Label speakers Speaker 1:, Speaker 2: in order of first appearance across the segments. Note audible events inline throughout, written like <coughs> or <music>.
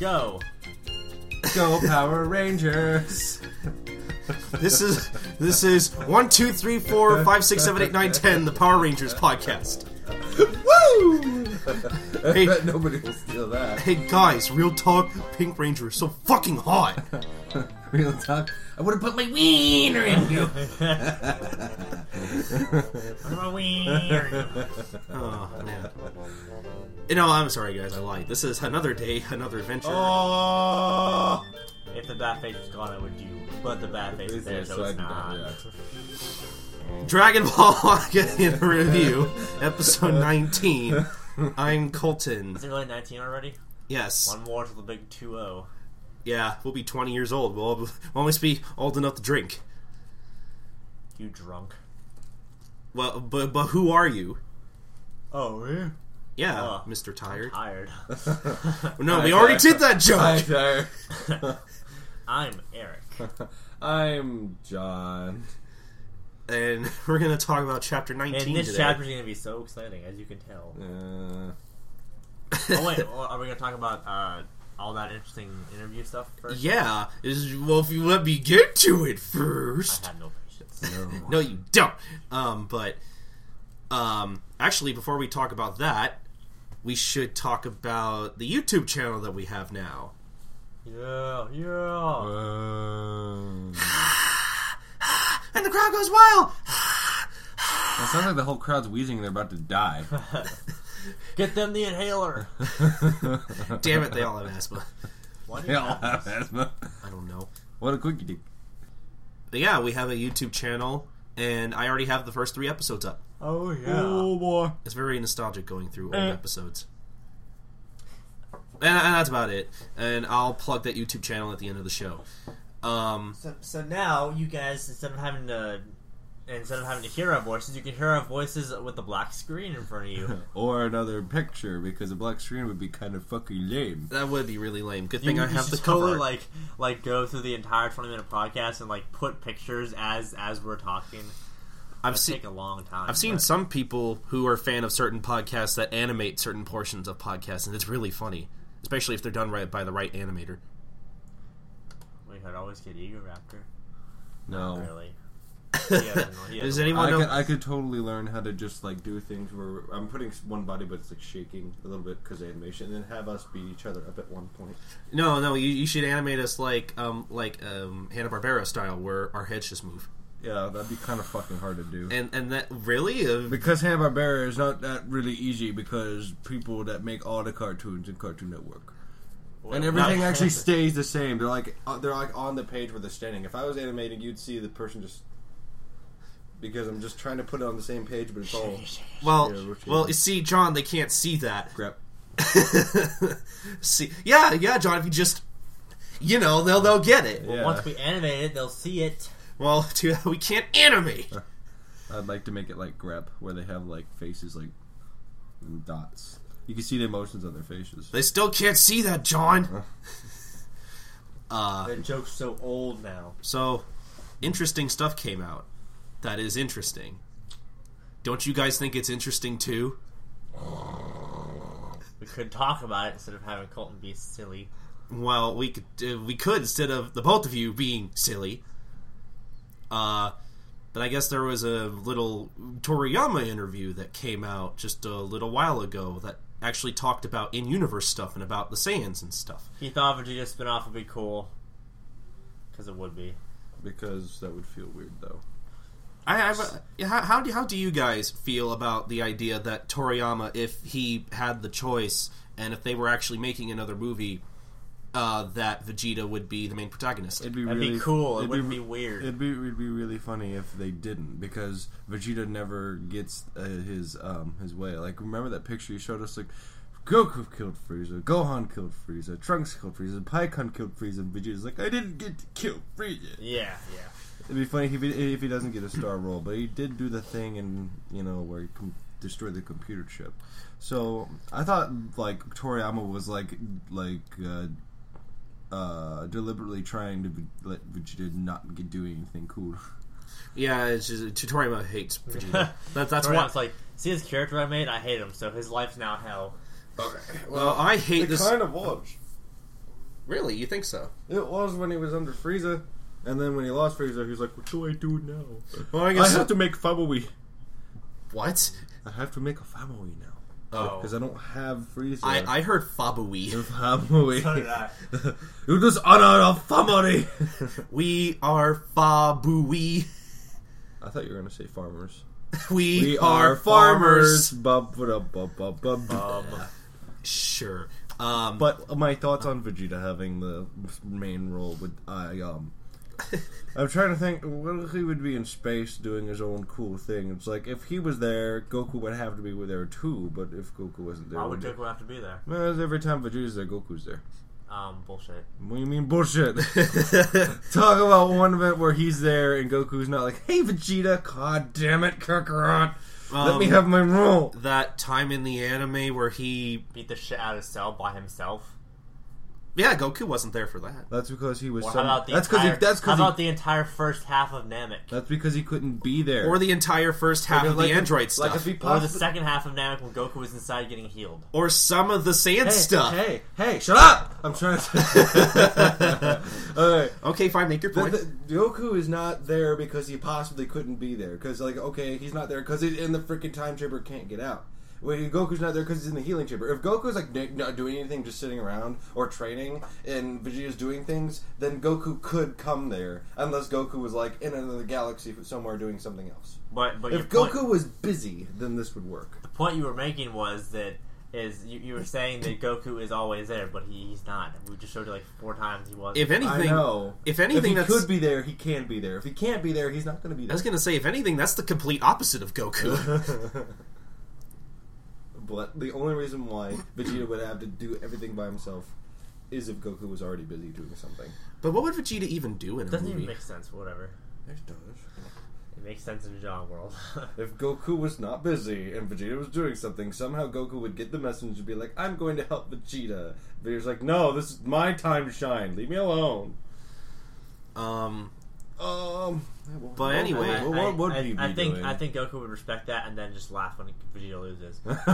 Speaker 1: Go.
Speaker 2: Go Power Rangers. <laughs>
Speaker 3: This is this is one, two, three, four, five, six, seven, eight, nine, ten. The Power Rangers podcast.
Speaker 2: Woo!
Speaker 3: Hey.
Speaker 2: Bet nobody will steal that.
Speaker 3: Hey guys, real talk. Pink Ranger is so fucking hot.
Speaker 2: Real talk. I would have put my wiener
Speaker 3: <laughs>
Speaker 2: in you.
Speaker 3: Oh man. You know, I'm sorry, guys. I lied. This is another day, another adventure.
Speaker 1: Oh. If the bad face is gone, I would do. But the bad face is there, so
Speaker 2: I
Speaker 1: it's
Speaker 2: can-
Speaker 1: not.
Speaker 3: Dragon Ball <laughs> Manga in review, episode 19. I'm Colton.
Speaker 1: Is it really 19 already?
Speaker 3: Yes.
Speaker 1: One more to the big 2 0.
Speaker 3: Yeah, we'll be 20 years old. We'll we'll almost be old enough to drink.
Speaker 1: You drunk.
Speaker 3: Well, but, but who are you?
Speaker 1: Oh, yeah.
Speaker 3: Yeah,
Speaker 1: Uh,
Speaker 3: Mr. Tired. <laughs>
Speaker 1: Tired.
Speaker 3: no, we
Speaker 2: I-
Speaker 3: already
Speaker 2: I-
Speaker 3: did that joke.
Speaker 2: <laughs> Hi
Speaker 1: I'm Eric.
Speaker 2: there. <laughs> I'm John.
Speaker 3: and <laughs> we're gonna talk about chapter 19
Speaker 1: And this
Speaker 3: today. <laughs>
Speaker 1: chapter's gonna be so exciting, as you can tell.
Speaker 2: Uh,
Speaker 1: oh wait, well, are we gonna talk about uh, all that interesting interview stuff first?
Speaker 3: yeah, is well if you let me get to it first.
Speaker 1: I have no patience.
Speaker 3: No, you don't. Um, but um, actually, before we talk about that, we should talk about the YouTube channel that we have now.
Speaker 1: yeah, yeah.
Speaker 3: Oh.
Speaker 2: um,
Speaker 3: And the crowd goes wild. <laughs>
Speaker 2: it sounds like the whole crowd's wheezing and they're about to die.
Speaker 3: Uh.
Speaker 1: <laughs> Get them the inhaler.
Speaker 3: <laughs> Damn it, they all have asthma.
Speaker 1: Why
Speaker 3: <laughs>
Speaker 2: <laughs>
Speaker 1: do
Speaker 2: They
Speaker 1: you
Speaker 2: all
Speaker 1: have
Speaker 2: have
Speaker 1: this?
Speaker 2: asthma.
Speaker 3: I don't know.
Speaker 2: What a quickie do.
Speaker 3: But yeah, we have a YouTube channel, and I already have the first three episodes up.
Speaker 1: Oh
Speaker 2: Oh boy.
Speaker 3: It's very nostalgic going through old episodes. And, and that's about it. And I'll plug that YouTube channel at the end of the show. Um,
Speaker 1: So, so now you guys, instead of having to, instead of having to hear our voices, you can hear our voices with the black screen in front
Speaker 3: <laughs>
Speaker 1: of you.
Speaker 2: Or another picture because a black screen would be kind of fucking lame.
Speaker 3: that would be really lame. Good
Speaker 1: You,
Speaker 3: thing I
Speaker 1: you
Speaker 3: have
Speaker 1: should
Speaker 3: the cover.
Speaker 1: totally
Speaker 3: art.
Speaker 1: like like go through the entire twenty minute podcast and like put pictures as as we're talking.
Speaker 3: I've
Speaker 1: It'd
Speaker 3: seen
Speaker 1: take a long time.
Speaker 3: I've seen
Speaker 1: but-
Speaker 3: some people who are a fan of certain podcasts that animate certain portions of podcasts, and it's really funny, especially if they're done right by the right animator.
Speaker 1: We could always get Egoraptor.
Speaker 2: No.
Speaker 3: <laughs>
Speaker 1: Really. He has an- he has
Speaker 3: Oh. Does
Speaker 1: an-
Speaker 3: anyone
Speaker 2: I
Speaker 3: know?
Speaker 2: could, I could totally learn how to just like do things where I'm putting one body, but it's like shaking a little bit because animation, and then have us beat each other up at one point.
Speaker 3: no, no. You, you should animate us like um like um Hanna Barbera style, where our heads just move.
Speaker 2: Yeah, that'd be kind of fucking hard to do.
Speaker 3: And and that really, uh,
Speaker 2: because Hanna Barbera is not that really easy because people that make all the cartoons in Cartoon Network and
Speaker 1: Wait,
Speaker 2: everything
Speaker 1: no.
Speaker 2: actually stays the same. They're like uh, they're like on the page where they're standing. If I was animating, you'd see the person just because I'm just trying to put it on the same page, but it's all
Speaker 3: well,
Speaker 2: Yeah, routine.
Speaker 3: well. You see, John, they can't see that. <laughs>
Speaker 2: crap.
Speaker 3: see, yeah, yeah, John. If you just, you know, they'll they'll get it.
Speaker 2: Yeah.
Speaker 1: Once we animate it, they'll see it.
Speaker 3: Well, <laughs> too, we can't animate.
Speaker 2: Uh. I'd like to make it like grep, where they have like faces like and dots. You can see the emotions on their faces.
Speaker 3: They still can't see that,
Speaker 2: Uh.
Speaker 3: John. Uh.
Speaker 1: That joke's so old now.
Speaker 3: So, interesting stuff came out. That is interesting. Don't you guys think it's interesting too?
Speaker 1: We could talk about it instead of having Colton be silly.
Speaker 3: Well, we could uh, we could instead of the both of you being silly. Uh, but I guess there was a little Toriyama interview that came out just a little while ago that actually talked about in-universe stuff and about the Saiyans and stuff.
Speaker 1: He thought Vegeta spinoff would be cool. Because it would be.
Speaker 2: Because that would feel weird, though.
Speaker 3: I, I've, uh, how, how do how do you guys feel about the idea that Toriyama, if he had the choice and if they were actually making another movie, uh, that Vegeta would be the main protagonist?
Speaker 2: It'd be
Speaker 1: That'd be
Speaker 2: really
Speaker 1: cool. It
Speaker 2: it'd
Speaker 1: wouldn't
Speaker 2: re-
Speaker 1: be weird.
Speaker 2: It'd be it'd be really funny if they didn't, because Vegeta never gets uh, his um his way. Like remember that picture you showed us, like. Goku killed Frieza, Gohan killed Frieza, Trunks killed Frieza, Paikon killed Frieza, and Vegeta's like, I didn't get to kill Frieza.
Speaker 1: Yeah, yeah.
Speaker 2: It'd be funny if he, if he doesn't get a star role, but he did do the thing and you know where he com- destroyed the computer chip. So I thought like Toriyama was like like uh, uh, deliberately trying to be, let Vegeta not get do anything cool.
Speaker 3: Yeah, it's just, Toriyama hates <laughs> Vegeta. that, that's
Speaker 1: That's why I
Speaker 3: why.
Speaker 1: was like, see this character
Speaker 2: <laughs>
Speaker 1: I <laughs> made? I hate him, so his life's now hell.
Speaker 2: Okay,
Speaker 3: Well, I hate this.
Speaker 2: of was.
Speaker 3: Really? You think so?
Speaker 2: It was when he was under Frieza, and then when he lost Frieza, he was like, "What do I do now?
Speaker 3: Well, I
Speaker 2: I have to make Famui.
Speaker 3: What?
Speaker 2: I have to make a Famui now
Speaker 3: Oh.
Speaker 2: because I don't have Frieza.
Speaker 3: I, I heard Fabui.
Speaker 2: Famui.
Speaker 1: So did I.
Speaker 2: you just honor a Famui.
Speaker 3: We are Fabui.
Speaker 2: <laughs>
Speaker 3: <laughs>
Speaker 2: I thought you were gonna say farmers.
Speaker 3: We, are, farmers.
Speaker 2: Bub, ba, da, bu- bu- bu- bu-
Speaker 3: Sure. Um,
Speaker 2: But my thoughts on Vegeta having the main role with I um. I'm trying to think what if he would be in space doing his own cool thing. It's like if he was there, Goku would have to be there too. But if Goku wasn't there,
Speaker 1: Why would
Speaker 2: would
Speaker 1: Goku have to be there?
Speaker 2: Well, every time Vegeta's there, Goku's there.
Speaker 1: Um, bullshit.
Speaker 2: What do you mean bullshit?
Speaker 3: <laughs>
Speaker 2: Talk about one event where he's there and Goku's not like, "Hey Vegeta, god damn it, Kakarot, let me
Speaker 3: Um,
Speaker 2: have my role."
Speaker 3: that time in the anime where he,
Speaker 1: Beat the shit out of Cell by himself.
Speaker 3: yeah, Goku wasn't there for that.
Speaker 2: That's because he was.
Speaker 1: Or
Speaker 2: Some,
Speaker 1: how about the
Speaker 2: that's because
Speaker 1: entire,
Speaker 2: he. That's
Speaker 1: how
Speaker 2: because he.
Speaker 1: about the entire first half of Namek?
Speaker 2: that's because he couldn't be there.
Speaker 3: Or the entire first half
Speaker 2: Like,
Speaker 3: of the
Speaker 2: like,
Speaker 3: android
Speaker 2: like,
Speaker 3: stuff.
Speaker 2: if he
Speaker 1: Or the
Speaker 2: possi-
Speaker 1: second half of Namek when Goku was inside getting healed.
Speaker 3: or some of the sand stuff.
Speaker 2: Hey, hey, shut up! I'm trying to.
Speaker 1: <laughs>
Speaker 2: <laughs> All right.
Speaker 3: Okay, fine, make your
Speaker 2: The,
Speaker 3: point.
Speaker 2: the, Goku is not there because he possibly couldn't be there. Because, like, okay, he's not there because he's in the freaking time chamber, can't get out. Well, Goku's not there because he's in the healing chamber. If Goku's, like, n- not doing anything, just sitting around or training, and Vegeta's doing things, then Goku could come there. Unless Goku was, like, in another galaxy somewhere doing something else.
Speaker 1: But but your
Speaker 2: If
Speaker 1: point,
Speaker 2: Goku was busy, then this would work.
Speaker 1: the point you were making was that is you, you were saying that Goku is always there, but he, he's not. We just showed it like four times he was.
Speaker 3: if anything,
Speaker 2: I know.
Speaker 3: if anything,
Speaker 2: if he
Speaker 3: that's-
Speaker 2: could be there, he can be there. If he can't be there, he's not going to be
Speaker 3: I
Speaker 2: there.
Speaker 3: was gonna say, if anything, that's the complete opposite of
Speaker 2: <laughs>
Speaker 3: Goku.
Speaker 2: but the only reason why Vegeta would have to do everything by himself is if Goku was already busy doing something.
Speaker 3: but what would Vegeta even do in a
Speaker 1: doesn't
Speaker 3: movie?
Speaker 1: even make sense. Whatever.
Speaker 2: It does.
Speaker 1: It makes sense in the John world. <laughs>
Speaker 2: If Goku was not busy and Vegeta was doing something, somehow Goku would get the message and be like, "I'm going to help Vegeta." Vegeta's like, "No, this is my time to shine. Leave me alone."
Speaker 3: um,
Speaker 2: Um.
Speaker 3: But anyway-
Speaker 1: I-
Speaker 2: what, what would
Speaker 1: I,
Speaker 2: he be
Speaker 1: I, I think
Speaker 2: doing?
Speaker 1: I think Goku would respect that and then just laugh when Vegeta
Speaker 2: <laughs>
Speaker 1: loses. I, I, don't,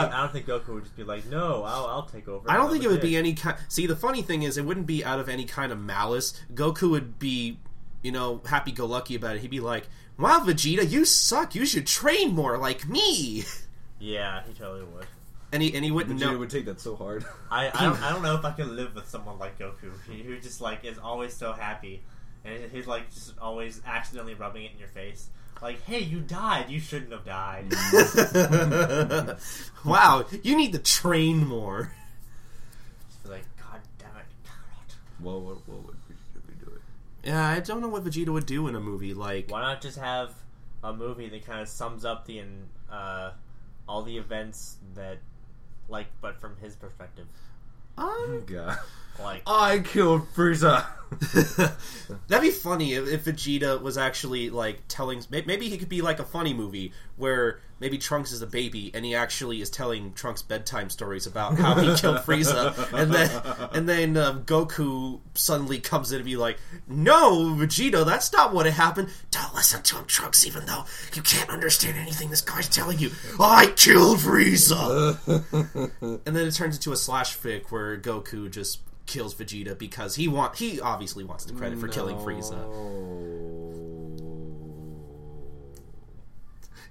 Speaker 1: think, I don't think Goku would just be like, "No, I'll, I'll take over."
Speaker 3: I don't
Speaker 1: I'm
Speaker 3: think
Speaker 1: a
Speaker 3: it would be
Speaker 1: dick."
Speaker 3: any kind. See, the funny thing is, it wouldn't be out of any kind of malice. Goku would be, you know, happy go lucky about it. He'd be like, "Wow, Vegeta, you suck. You should train more like me." <laughs>
Speaker 1: Yeah, he totally would.
Speaker 3: And he and he wouldn't
Speaker 2: Vegeta
Speaker 3: know.
Speaker 2: would take that so hard.
Speaker 1: I I don't, I don't know if I could live with someone like Goku, who- who just like is always so happy, and he's like just always accidentally rubbing it in your face, like, "Hey, you died. You shouldn't
Speaker 2: <laughs>
Speaker 1: have died."
Speaker 3: <laughs> wow, you need to train more. <laughs>
Speaker 1: Just be like, "God damn it, Carrot."
Speaker 2: Well, what, what would Vegeta be doing?
Speaker 3: Yeah, I don't know what Vegeta would do in a movie like.
Speaker 1: Why not just have a movie that kind of sums up the en- uh, all the events that, like, but from his perspective,
Speaker 3: Um,
Speaker 2: <laughs> God.
Speaker 1: like.
Speaker 2: I killed <laughs> Frieza.
Speaker 3: <laughs> That'd be funny if, if Vegeta was actually like telling. may- Maybe he could be like a funny movie where maybe Trunks is a baby and he actually is telling Trunks bedtime stories about how he killed Frieza, and then and then um, Goku suddenly comes in and be like, "No, Vegeta, that's not what happened. Don't listen to him, Trunks. Even though you can't understand anything this guy's telling you, I killed Frieza." and then it turns into a slash fic where Goku just kills Vegeta because he want he obviously wants the credit for killing Frieza.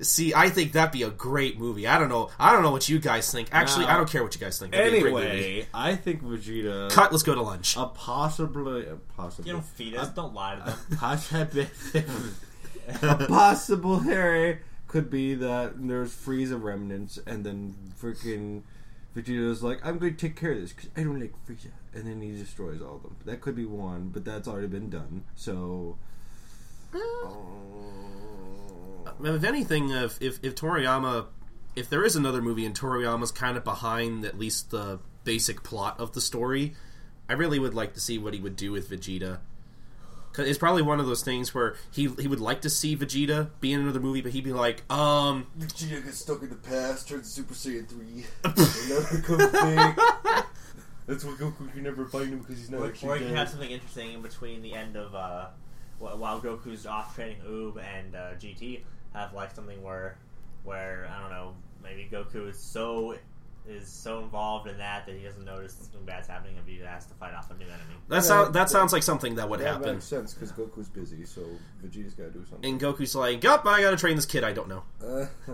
Speaker 3: See, I think that'd be a great movie. I don't know. I don't know what you guys think. Actually,
Speaker 2: Now-
Speaker 3: I don't care what you guys think. That'd be a great movie.
Speaker 2: Anyway, Uh, I think Vegeta.
Speaker 3: cut. Let's go to lunch.
Speaker 2: A possibly. A possibly.
Speaker 1: You know, fetus. Don't lie to
Speaker 2: <laughs>
Speaker 1: them.
Speaker 3: <laughs>
Speaker 2: Possibly. a possible theory could be that there's Frieza remnants, and then freaking Vegeta's like, "I'm going to take care of this because I don't like Frieza," and then he destroys all of them. That could be one, but that's already been done. So. Oh.
Speaker 3: If anything, if if, if Toriyama, if there is another movie and Toriyama's kind of behind at least the basic plot of the story, I really would like to see what he would do with Vegeta. 'Cause It's probably one of those things where he he would like to see Vegeta be in another movie, but he'd be like, um,
Speaker 2: Vegeta gets stuck in the past, turns Super
Speaker 4: <laughs>
Speaker 2: Saiyan 3, and never comes back. That's why Goku can never find him because he's not
Speaker 1: Or,
Speaker 2: actually
Speaker 1: or you
Speaker 2: dead.
Speaker 1: can have something interesting in between the end of uh, wh- while Goku's off training Oob and uh, GT, have like something where, where I don't know, maybe Goku is so is so involved in that that he doesn't notice something bad's happening if he has to fight off a new enemy.
Speaker 3: That sounds that sounds like something that would
Speaker 4: That
Speaker 3: happen.
Speaker 4: makes sense because Goku's busy, so Vegeta's got to do something.
Speaker 3: And Goku's like, "Yup, I gotta train this kid. I don't know."
Speaker 4: Uh, <laughs>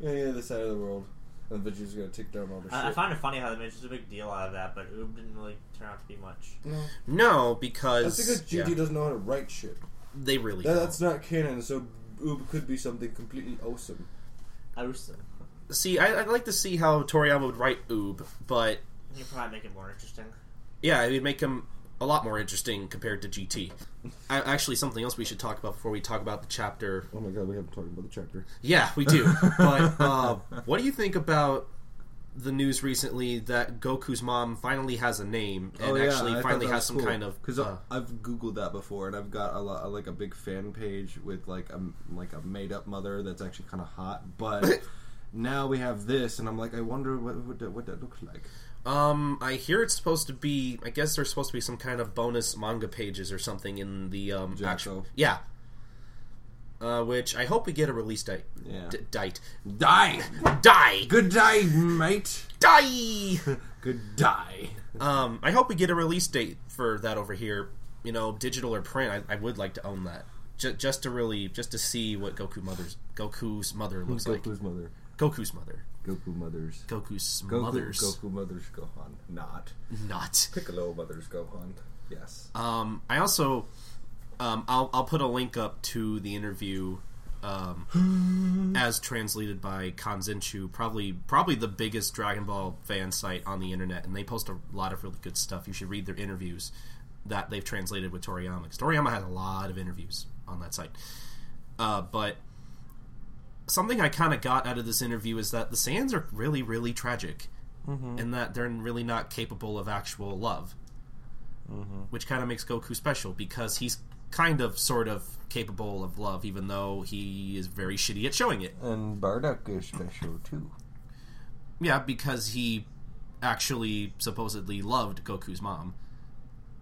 Speaker 4: yeah, yeah, the side of the world, and Vegeta's got to take down all the
Speaker 1: I, I
Speaker 4: shit.
Speaker 1: find it funny how they made such a big deal out of that, but Oob didn't really turn out to be much.
Speaker 4: no,
Speaker 3: No,
Speaker 4: that's
Speaker 3: because
Speaker 4: because GT
Speaker 3: yeah,
Speaker 4: doesn't know how to write shit.
Speaker 3: they really
Speaker 4: That,
Speaker 3: don't.
Speaker 4: that's not canon, so Oob could be something completely awesome.
Speaker 1: I was,
Speaker 3: see. I, I'd like to see how Toriyama would write Oob, but
Speaker 1: you probably make it more interesting.
Speaker 3: yeah, it would make him a lot more interesting compared to GT. I, actually, something else we should talk about before we talk about the chapter.
Speaker 4: Oh my god, we haven't talked about the chapter.
Speaker 3: Yeah, we do. but
Speaker 4: <laughs>
Speaker 3: uh, what do you think about? The news recently that Goku's mom finally has a name
Speaker 2: Oh,
Speaker 4: Oh,
Speaker 3: and actually finally has some kind of
Speaker 2: because
Speaker 3: uh,
Speaker 2: I've googled that before and I've got a lot like a big fan page with like a like a made up mother that's actually kind of
Speaker 3: <laughs>
Speaker 2: hot, but now we have this and I'm like I wonder what what that, what that looks like.
Speaker 3: Um, I hear it's supposed to be. I guess there's supposed to be some kind of bonus manga pages or something in the um.
Speaker 2: Jackal.
Speaker 3: Actual, yeah. Uh, which I hope we get a release date.
Speaker 2: Yeah.
Speaker 3: D- date.
Speaker 2: Die,
Speaker 3: Die.
Speaker 2: good die, mate.
Speaker 3: Die.
Speaker 2: Good die.
Speaker 3: um, I hope we get a release date for that over here. You know, digital or print. I, I would like to own that. J- just to really, just to see what Goku mother's Goku's mother looks like.
Speaker 2: Goku's mother.
Speaker 3: Goku's mother.
Speaker 2: Goku mothers.
Speaker 3: Goku's
Speaker 2: Goku,
Speaker 3: mother's
Speaker 2: Goku mothers Gohan. Not
Speaker 3: not.
Speaker 4: Piccolo mothers Gohan.
Speaker 2: yes.
Speaker 3: Um, I also, um, I'll, I'll put a link up to the interview, um, as translated by Kanzenchu, probably probably the biggest Dragon Ball fan site on the internet, and they post a lot of really good stuff. You should read their interviews that they've translated with Toriyama. 'cause Toriyama has a lot of interviews on that site, uh, but. Something I kind of got out of this interview is that the Sands are really, really tragic, and that they're really not capable of actual love which kind of makes Goku special because he's kind of sort of capable of love, even though he is very shitty at showing it.
Speaker 2: And Bardock is special too.
Speaker 3: Yeah, because he actually supposedly loved Goku's mom,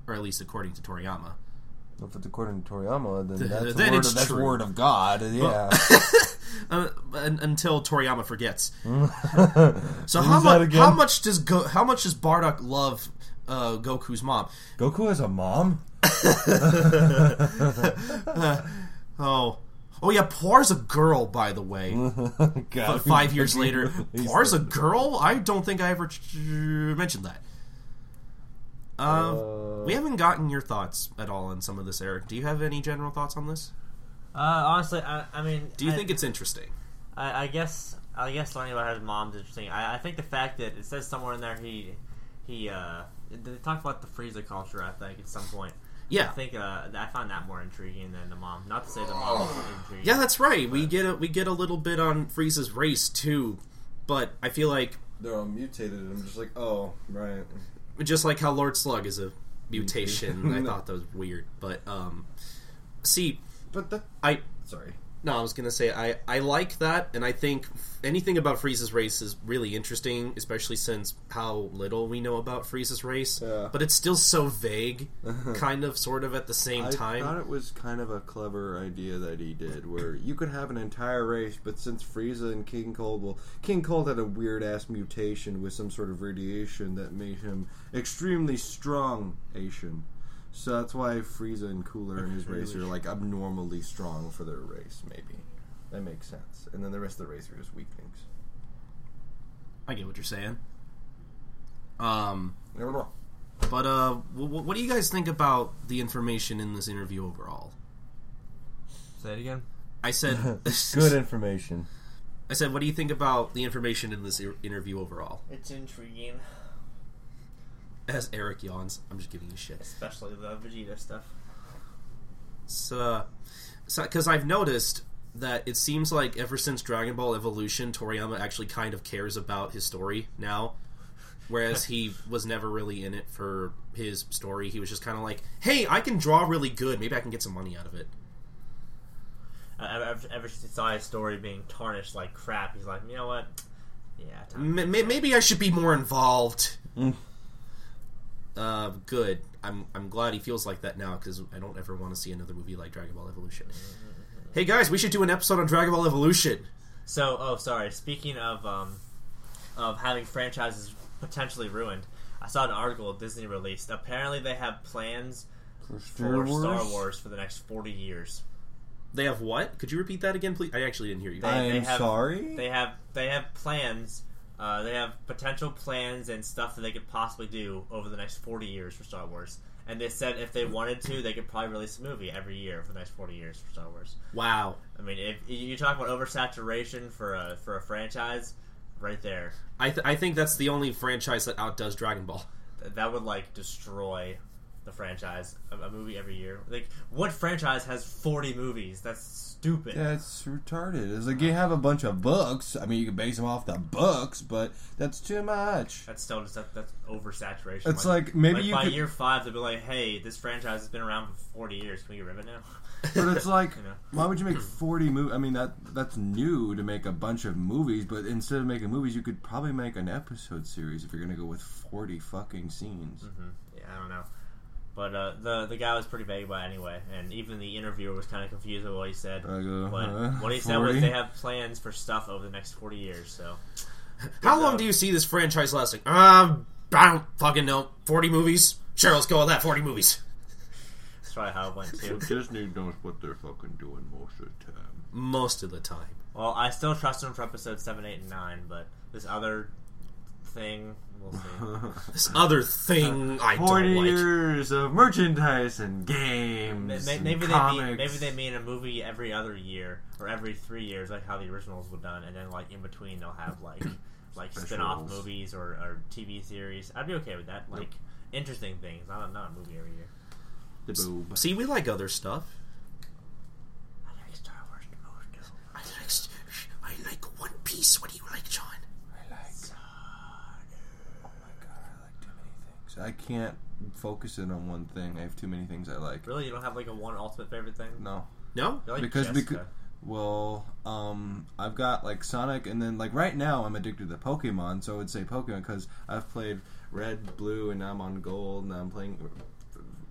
Speaker 3: or at least according to Toriyama.
Speaker 2: If it's according to Toriyama,
Speaker 3: <laughs>
Speaker 2: then
Speaker 3: that's then word it's of- that's true. word
Speaker 2: of God. Yeah.
Speaker 3: Uh, un- until Toriyama forgets. so how much?
Speaker 2: again?
Speaker 3: How much does Go- How much does Bardock love uh, Goku's mom? <laughs>
Speaker 2: Goku has
Speaker 4: <laughs>
Speaker 2: a mom.
Speaker 3: Uh, Oh, oh yeah, Poor's a girl, by the
Speaker 2: Mm.
Speaker 3: way.
Speaker 2: God,
Speaker 3: five
Speaker 2: <laughs>
Speaker 3: years later,
Speaker 2: He's
Speaker 3: Poir's a
Speaker 2: the-
Speaker 3: girl? I don't think I ever ch- mentioned that. Uh, we haven't gotten your thoughts at all on some of this, Eric. Do you have any general thoughts on this?
Speaker 1: Uh, honestly, I, I mean,
Speaker 3: Do you
Speaker 1: I,
Speaker 3: think it's interesting?
Speaker 1: I, I guess I guess learning about his mom's interesting. I, I think the fact that it says somewhere in there he he uh they talk about the Frieza culture. I think at some point. I
Speaker 3: Yeah,
Speaker 1: think uh, I found that more intriguing than the mom. Not to say the mom wasn't intriguing.
Speaker 3: Oh. yeah, that's right. We get a, we get a little bit on Frieza's race too, but I feel like
Speaker 4: They're all mutated, and I'm just like, oh, right.
Speaker 3: just like how Lord Slug is a mutation. I thought that was weird, but um, see,
Speaker 4: But that.
Speaker 3: I
Speaker 4: Sorry.
Speaker 3: No, I was gonna say I I like that, and I think anything about Frieza's race is really interesting, especially since how little we know about Frieza's race.
Speaker 4: Yeah.
Speaker 3: But it's still so vague, kind of, sort of at the same
Speaker 2: Uh-huh. I
Speaker 3: time.
Speaker 2: thought it was kind of a clever idea that he did, where you could have an entire race, but since Frieza and King Cold, well, King Cold had a weird ass mutation with some sort of radiation that made him extremely strong Asian. So that's why Frieza and Cooler and his race are like abnormally strong for their race, maybe. That makes sense. And then the rest of the race are just weaklings.
Speaker 3: I get what you're saying. Um, but uh, w- what do you guys think about the information in this interview overall?
Speaker 1: Say it again.
Speaker 3: I said,
Speaker 2: <laughs>
Speaker 3: <laughs>
Speaker 2: Good information.
Speaker 3: I said, what do you think about the information in this ir- interview overall?
Speaker 1: It's intriguing,
Speaker 3: As Eric yawns, I'm just giving you shit.
Speaker 1: especially the Vegeta stuff.
Speaker 3: So, because I've noticed that it seems like ever since Dragon Ball Evolution, Toriyama actually kind of cares about his story now, whereas he was never really in it for his story. He was just kind of like, "Hey, I can draw really good. Maybe I can get some money out of it."
Speaker 1: I- I've Uh, ever since I saw his story being tarnished like crap, he's like, you know what? Yeah, time.
Speaker 3: M- m- maybe I should be more involved. Uh, good. I'm I'm glad he feels like that now because I don't ever want to see another movie like Dragon Ball Evolution. Hey guys, we should do an episode on Dragon Ball Evolution.
Speaker 1: So, oh, sorry. Speaking of um, of having franchises potentially ruined. I saw an article Disney released. Apparently, they have plans
Speaker 2: For
Speaker 1: for Star Wars for the next forty years.
Speaker 3: They have what? Could you repeat that again, please? I actually didn't hear you.
Speaker 1: They-
Speaker 2: I
Speaker 1: they
Speaker 2: am
Speaker 1: have-
Speaker 2: sorry.
Speaker 1: They have they have plans. Uh, they have potential plans and stuff that they could possibly do over the next forty years for Star Wars. And they said if they wanted to, they could probably release a movie every year for the next forty years for Star Wars.
Speaker 3: Wow.
Speaker 1: I mean, if you talk about oversaturation for a for a franchise, right there,
Speaker 3: I, th- I think that's the only franchise that outdoes Dragon Ball.
Speaker 1: th- that would like destroy the franchise. A, a movie every year. Like, what franchise has forty movies? That's stupid.
Speaker 2: That's retarded. It's like you have a bunch of books. I mean, you can base them off the books, but that's too much.
Speaker 1: That's still just that, that's oversaturation.
Speaker 2: It's like maybe
Speaker 1: like
Speaker 2: you
Speaker 1: by
Speaker 2: could,
Speaker 1: year five, they'll be like, "Hey, this franchise has been around for forty years. Can we get rid of it now?" <laughs>
Speaker 2: but it's like,
Speaker 1: You know.
Speaker 2: why would you make forty movies? I mean, that that's new to make a bunch of movies. But instead of making movies, you could probably make an episode series if you're gonna go with forty fucking scenes.
Speaker 1: hmm Yeah, I don't know. But uh, the the guy was pretty vague about it anyway, and even the interviewer was kind of confused with what he said.
Speaker 2: I go,
Speaker 1: But
Speaker 2: uh, huh,
Speaker 1: what he said was
Speaker 2: 40?
Speaker 1: they have plans for stuff over the next forty years. So
Speaker 3: <laughs> How long do you see this franchise lasting? Um, I don't fucking know. 40 movies? Sure, let's go with that. 40 movies.
Speaker 1: that's probably how it went
Speaker 2: <laughs>
Speaker 1: too.
Speaker 2: Disney knows what they're fucking doing most of the time.
Speaker 3: Most of the time.
Speaker 1: well, I still trust him for episode seven, eight, and nine, but this other thing, we'll see.
Speaker 2: <laughs>
Speaker 3: This other thing I don't
Speaker 2: Forty
Speaker 3: like.
Speaker 2: years of merchandise and games.
Speaker 1: May- may-
Speaker 2: and
Speaker 1: Maybe they
Speaker 2: comics.
Speaker 1: mean, maybe they mean a movie every other year or every three years, like how the originals were done, and then like in between they'll have
Speaker 2: <coughs>
Speaker 1: like like spin off
Speaker 2: Specials.
Speaker 1: movies or, or TV series. I'd be okay with that, like interesting things, not a, not a movie every year.
Speaker 2: the boob.
Speaker 3: See, we like other stuff.
Speaker 1: I like Star Wars the most, though.
Speaker 3: I like, I like One Piece. What do you like, John?
Speaker 2: Oh So I can't focus in on one thing. I have too many things I like.
Speaker 1: Really, you don't have like a one ultimate favorite thing?
Speaker 2: No,
Speaker 3: No?
Speaker 1: You like
Speaker 2: because
Speaker 1: Jessica.
Speaker 2: becau- well, um, I've got like Sonic, and then like right now I'm addicted to Pokemon, so I would say Pokemon because I've played Red, Blue, and I'm on Gold, and I'm playing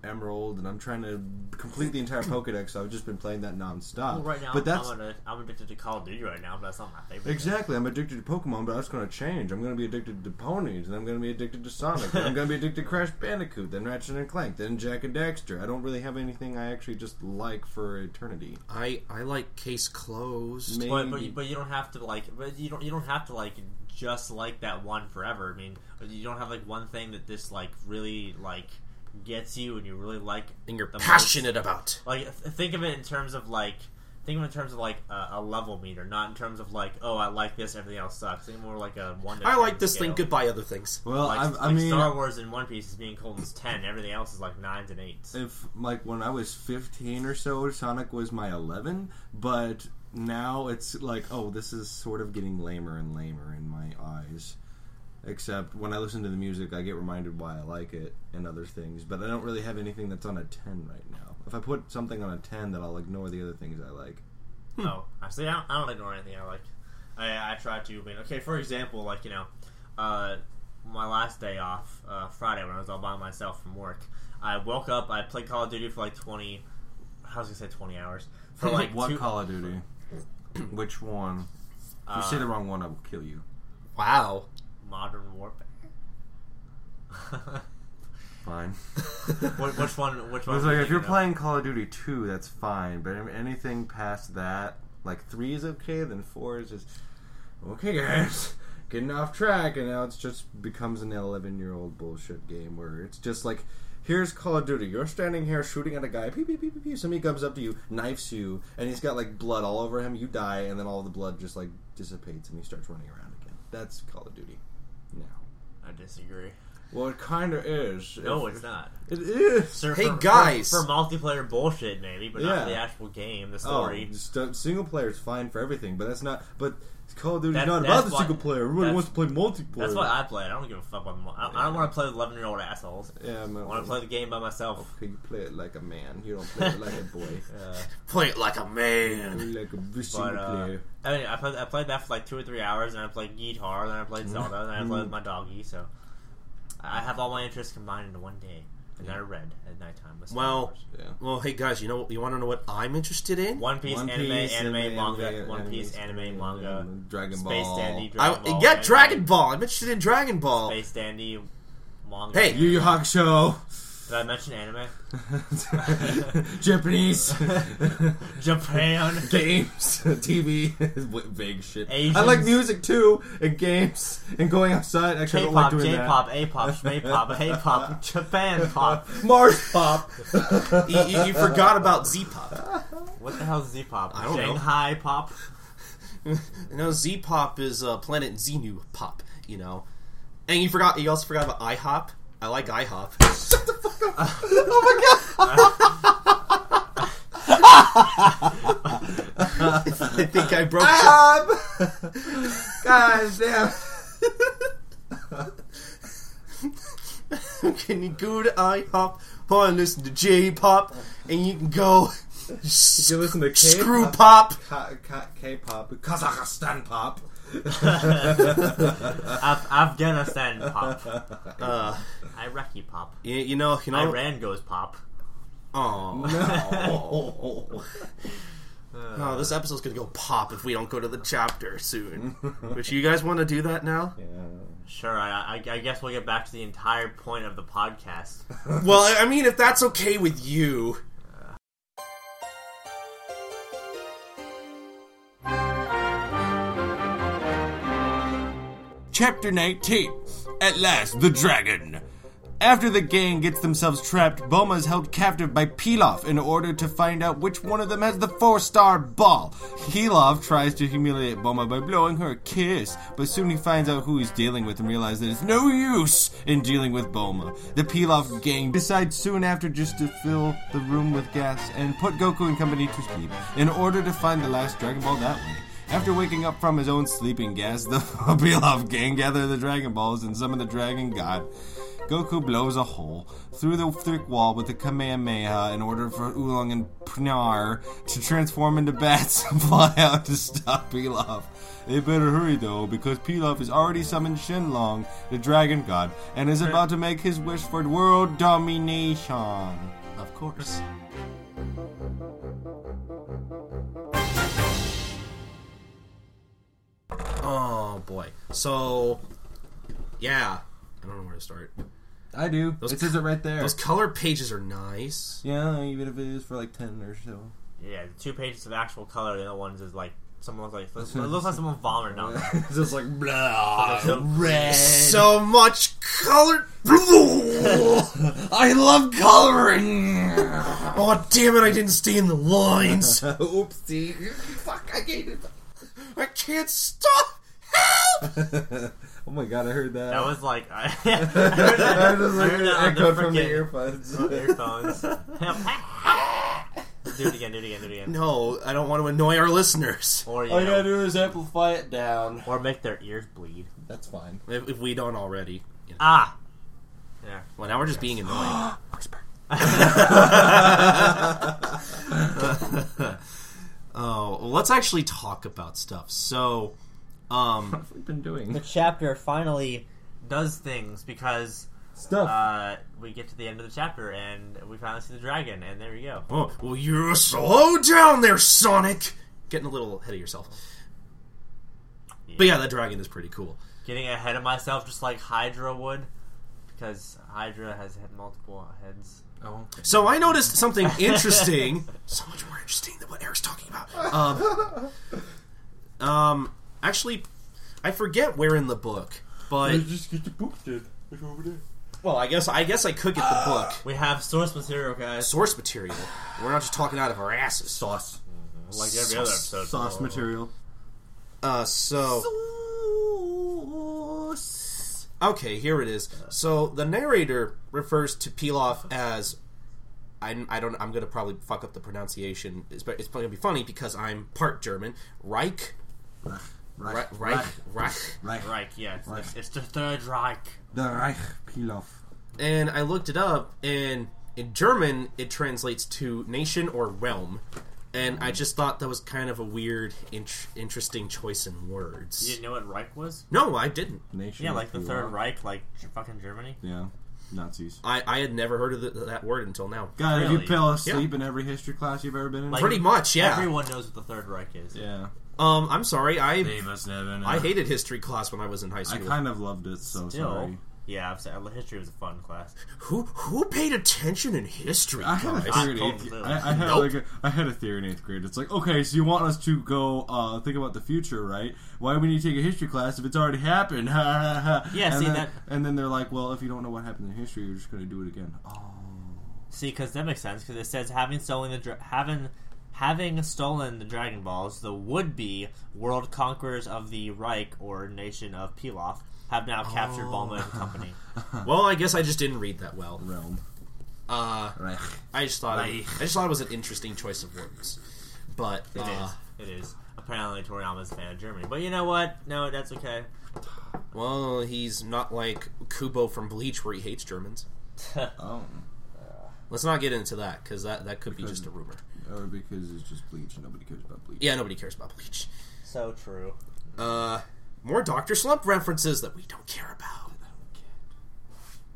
Speaker 2: Emerald, and I'm trying to complete the entire Pokedex. So I've just been playing that nonstop.
Speaker 1: well, right now,
Speaker 2: but that's
Speaker 1: I'm, on a, I'm addicted to Call of Duty right now, but that's not my favorite.
Speaker 2: Exactly, I'm addicted to Pokemon, but that's going to change. I'm going to be addicted to ponies, and I'm going to be addicted to Sonic, and I'm going to be addicted to Crash Bandicoot, then Ratchet and Clank, then Jack and Daxter. I don't really have anything I actually just like for eternity.
Speaker 3: I, I like Case Closed.
Speaker 2: Maybe.
Speaker 1: But, but you- but you don't have to like but you don't you don't have to like just like that one forever. I mean, you don't have like one thing that this like really like gets you and you really like
Speaker 3: And you're
Speaker 1: the
Speaker 3: passionate about.
Speaker 1: Most. Like th- think of it in terms of like think of it in terms of like a, a level meter, not in terms of like oh I like this, everything else sucks. Think more like a one. to
Speaker 3: I
Speaker 1: 10
Speaker 3: like this thing.
Speaker 1: scale.
Speaker 3: Goodbye, other things.
Speaker 2: well,
Speaker 1: Like,
Speaker 2: I've- I,
Speaker 1: like
Speaker 2: mean,
Speaker 1: Star Wars and One Piece is being cold as ten. Everything else is like nines and eights.
Speaker 2: if like when I was 15 or so, Sonic was my 11, but now it's like, oh, this is sort of getting lamer and lamer in my eyes. Except when I listen to the music, I get reminded why I like it and other things. But I don't really have anything that's on a 10 right now. If I put something on a 10, then I'll ignore the other things I like. Hmm.
Speaker 1: Oh, I see. I don't, I don't ignore anything I like. I, I try to. I mean, okay, for example, like you know, uh, my last day off, uh, Friday, when I was all by myself from work, I woke up. I played Call of Duty for like twenty. I was gonna say twenty hours <clears throat> for
Speaker 2: <laughs>
Speaker 1: like
Speaker 2: what
Speaker 1: two,
Speaker 2: Call of
Speaker 1: <clears throat>
Speaker 2: Duty? Which one? If you
Speaker 1: uh,
Speaker 2: say the wrong one, I will kill you.
Speaker 3: Wow. <laughs>
Speaker 1: Modern Warfare. <laughs>
Speaker 2: Fine.
Speaker 1: Wh- which one? Which
Speaker 2: I
Speaker 1: one?
Speaker 2: was
Speaker 1: were
Speaker 2: like,
Speaker 1: you
Speaker 2: if you're
Speaker 1: thinking of?
Speaker 2: playing Call of Duty 2, that's fine, but anything past that, like 3 is okay, then 4 is just, okay, guys, <laughs> getting off track, and now it's just becomes an 11 year old bullshit game where it's just like, here's Call of Duty. You're standing here shooting at a guy, pew, pew, pew, pew, pew. Somebody comes up to you, knifes you, and he's got like blood all over him. You die, and then all the blood just like dissipates, and he starts running around again. That's Call of Duty now.
Speaker 1: I disagree.
Speaker 2: Well, it kind of is.
Speaker 1: No,
Speaker 2: If-
Speaker 1: it's not.
Speaker 2: It is.
Speaker 1: Sir,
Speaker 3: Hey,
Speaker 1: for-
Speaker 3: guys!
Speaker 1: for, for multiplayer bullshit, maybe, but not for
Speaker 2: Yeah.
Speaker 1: the actual game, the
Speaker 2: Oh,
Speaker 1: story.
Speaker 2: just, uh, single player is fine for everything, but that's not. But Call of Duty's
Speaker 1: That-
Speaker 2: not
Speaker 1: that's
Speaker 2: about the
Speaker 1: why-
Speaker 2: single player. Everybody
Speaker 1: that's-
Speaker 2: wants to play multiplayer.
Speaker 1: That's why I play. it. I don't give a fuck about. mo- I, I don't want to play with eleven year old assholes.
Speaker 2: yeah, man.
Speaker 1: I
Speaker 2: <laughs>
Speaker 1: want to play the game by myself.
Speaker 2: Okay, you play it like a man. You don't play it like a
Speaker 1: <laughs>
Speaker 2: boy.
Speaker 1: Uh,
Speaker 3: Play it like a man.
Speaker 2: You're like a v- single
Speaker 1: but uh,
Speaker 2: player.
Speaker 1: I, mean, I played I played that for like two or three hours, and I played guitar, then I played Zelda, then I played with my doggy. So I have all my interests combined into one day. and I read at nighttime. with Star
Speaker 3: Well,
Speaker 1: Wars.
Speaker 4: Yeah.
Speaker 3: well, hey guys, you know you want to know what I'm interested in?
Speaker 1: One Piece,
Speaker 2: One
Speaker 1: anime,
Speaker 2: Piece,
Speaker 1: anime,
Speaker 2: anime,
Speaker 1: manga,
Speaker 2: anime,
Speaker 1: One Piece,
Speaker 2: anime,
Speaker 1: anime,
Speaker 2: anime,
Speaker 1: manga,
Speaker 2: anime, Dragon
Speaker 1: Space
Speaker 2: Ball.
Speaker 1: Dandy,
Speaker 3: I, yeah,
Speaker 1: Dragon Ball, anime,
Speaker 3: Dragon Ball. I'm interested in Dragon Ball.
Speaker 1: Space Dandy, manga.
Speaker 3: Hey,
Speaker 2: Yu Yu Hakusho.
Speaker 1: <laughs>
Speaker 2: <laughs>
Speaker 1: did I mention anime?
Speaker 2: Japanese <laughs>
Speaker 1: Japan.
Speaker 2: games, <laughs> TV, w- vague shit. I
Speaker 1: Asians.
Speaker 2: like music too, and games, and going outside. Actually, I
Speaker 1: K-pop,
Speaker 2: don't like doing
Speaker 1: J-pop, A-pop, Shmay-pop, Hey-pop, Japan
Speaker 2: <laughs>
Speaker 1: pop.
Speaker 2: that. Mars pop. <laughs>
Speaker 3: you, you- you
Speaker 1: <laughs>
Speaker 3: forgot about Z-pop. <laughs>
Speaker 1: What the hell is Z-pop?
Speaker 3: I don't know.
Speaker 1: Shanghai pop.
Speaker 3: You know, Z-pop is uh, Planet Xenu pop. You know, and you forgot. You also forgot about IHOP. I like IHOP.
Speaker 1: Oh
Speaker 3: <laughs> I think I
Speaker 1: <laughs>
Speaker 3: broke.
Speaker 2: <laughs> God damn.
Speaker 3: <laughs> can you go to IHOP and listen to J-pop, and you can go
Speaker 2: You listen to K-pop,
Speaker 3: screw pop.
Speaker 2: Ka- Ka- K-pop, Kazakhstan pop. <laughs>
Speaker 1: Af- Afghanistan pop.
Speaker 3: Uh,
Speaker 1: Iraqi pop.
Speaker 3: you, you know, you know.
Speaker 1: Iran goes pop.
Speaker 3: Aw. <laughs>
Speaker 2: No.
Speaker 3: Oh, this episode's gonna go pop if we don't go to the chapter soon. Which you guys want to do that now?
Speaker 1: Sure, I, I, I guess we'll get back to the entire point of the podcast.
Speaker 3: <laughs> Well, I- I mean, if that's okay with you.
Speaker 5: <laughs> Chapter 19 At Last, the Dragon. After the gang gets themselves trapped, Boma is held captive by Pilaf in order to find out which one of them has the four star ball. Pilaf tries to humiliate Boma by blowing her a kiss, but soon he finds out who he's dealing with and realizes there's no use in dealing with Boma. The Pilaf gang decides soon after just to fill the room with gas and put Goku and company to sleep in order to find the last Dragon Ball that way. After waking up from his own sleeping gas, the <laughs> Pilaf gang gather the Dragon Balls and summon the Dragon God. Goku blows a hole through the thick wall with the Kamehameha in order for Oolong and Pnar to transform into bats and <laughs> fly out to stop Pilaf. They better hurry though, because Pilaf has already summoned Shenlong, the Dragon God, and is about to make his wish for world domination. Of course.
Speaker 3: Oh boy. So, yeah, I don't know where to start.
Speaker 2: I do. it says it right there.
Speaker 3: Those color pages are nice.
Speaker 2: Yeah, even if it is for like ten or so.
Speaker 1: Yeah, the two pages of actual color, the other ones is like someone looks like it looks like someone vomited on it.
Speaker 2: It's just like
Speaker 5: <laughs>
Speaker 3: Ah.
Speaker 2: blah.
Speaker 1: So-
Speaker 2: red.
Speaker 3: So much color. <laughs>
Speaker 2: I love coloring.
Speaker 3: Oh damn it! I didn't stay in the <laughs> lines.
Speaker 2: Oopsie.
Speaker 5: <laughs>
Speaker 2: Fuck! I hate it.
Speaker 3: I can't stop. Help!
Speaker 2: Oh my god! I heard that.
Speaker 1: That was like <laughs> I
Speaker 2: I just like
Speaker 1: heard
Speaker 2: it
Speaker 1: that on the
Speaker 2: echoed from the
Speaker 1: frickin'
Speaker 2: earphones.
Speaker 1: earphones. do it again, do it again, do it again.
Speaker 3: No, I don't want to annoy our listeners.
Speaker 1: Or you
Speaker 2: <laughs> All you
Speaker 1: know,
Speaker 2: gotta do is amplify it down.
Speaker 1: or make their ears bleed.
Speaker 2: That's fine.
Speaker 3: If, if we don't already. You know.
Speaker 1: Ah. Yeah.
Speaker 3: Well, now we're just being <laughs> annoying.
Speaker 2: <laughs>
Speaker 3: oh, well, let's actually talk about stuff. So, um,
Speaker 2: What have we been doing?
Speaker 1: The chapter finally does things because
Speaker 2: Stuff.
Speaker 1: uh, we get to the end of the chapter and we finally see the dragon, and there we go.
Speaker 3: oh, well, you slow down there, Sonic. Getting a little ahead of yourself. But yeah, that dragon is pretty cool.
Speaker 1: Getting ahead of myself, just like Hydra would, because Hydra has had multiple heads.
Speaker 2: oh.
Speaker 3: So I noticed something interesting. so much more interesting than what Eric's talking about. Um, um, actually, I forget where in the book, but
Speaker 2: just get the book, dude. It's over there.
Speaker 3: well, I guess I guess I could get the book.
Speaker 1: We have source material, guys.
Speaker 3: source material. We're not just talking out of our asses.
Speaker 2: Sauce.
Speaker 1: Like every other episode.
Speaker 2: Sauce material.
Speaker 3: Uh, so okay, here it is. So the narrator refers to Pilaf as I, I don't. I'm gonna probably fuck up the pronunciation. It's, but it's gonna be funny because I'm part German. Reich, Reich,
Speaker 2: Right.
Speaker 3: Reich, Reich.
Speaker 2: Reich.
Speaker 1: Reich, yeah. It's,
Speaker 2: Reich.
Speaker 1: it's the third Reich.
Speaker 2: The Reich Pilaf.
Speaker 3: And I looked it up, and in German it translates to nation or realm. And I just thought that was kind of a weird, int- interesting choice in
Speaker 1: You
Speaker 3: words.
Speaker 1: didn't know what Reich was?
Speaker 3: No, I didn't.
Speaker 2: Nation.
Speaker 1: Yeah, like the
Speaker 2: if you
Speaker 1: third
Speaker 2: want.
Speaker 1: Reich, like fucking Germany.
Speaker 2: Yeah. Nazis.
Speaker 3: I, I had never heard of the, that word until now.
Speaker 2: God, have
Speaker 1: Really?
Speaker 2: you fell asleep in every history class you've ever been in?
Speaker 1: Like-
Speaker 3: Pretty much, yeah.
Speaker 1: Everyone knows what the Third Reich is.
Speaker 2: yeah.
Speaker 3: Um, I'm sorry, I
Speaker 2: Davis Nevin.
Speaker 3: I hated history class when I was in high
Speaker 2: I
Speaker 3: school.
Speaker 2: kind of loved it, so
Speaker 1: Still,
Speaker 2: sorry.
Speaker 1: yeah, I've said uh, history was a fun class.
Speaker 3: who who paid attention in history?
Speaker 2: I had a
Speaker 3: guys?
Speaker 2: theory in
Speaker 1: Not
Speaker 2: eighth.
Speaker 1: totally.
Speaker 2: I, I had
Speaker 3: Nope.
Speaker 2: like a, I had a theory in eighth grade. It's like, okay, so you want us to go uh, think about the future, right? Why would we need to take a history class if it's already happened? <laughs> yeah,
Speaker 1: Yeah,
Speaker 2: and
Speaker 1: see,
Speaker 2: then,
Speaker 1: that-
Speaker 2: And then they're like, well, if you don't know what happened in history, you're just going to do it again. Oh,
Speaker 1: See, because that makes sense. Because it says having stolen the dra- having having stolen the Dragon Balls, the would be world conquerors of the Reich or nation of Pilaf have now captured Bulma <laughs> and company.
Speaker 3: well, I guess I just didn't read that well.
Speaker 2: realm.
Speaker 3: Uh,
Speaker 2: Right.
Speaker 3: I just thought it,
Speaker 1: Like-
Speaker 3: I just thought it was an interesting choice of words, but
Speaker 1: It is. <laughs>
Speaker 3: uh,
Speaker 1: It is. Apparently, Toriyama's a fan of Germany, but you know what? No, that's okay.
Speaker 3: well, he's not like Kubo from Bleach where he hates Germans.
Speaker 2: Oh,
Speaker 3: Let's not get into that because that that could be just a rumor.
Speaker 2: or because it's just bleach. and Nobody cares about bleach.
Speaker 3: Yeah, nobody cares about Bleach.
Speaker 1: So true.
Speaker 3: Uh, more Doctor Slump references that we don't care about.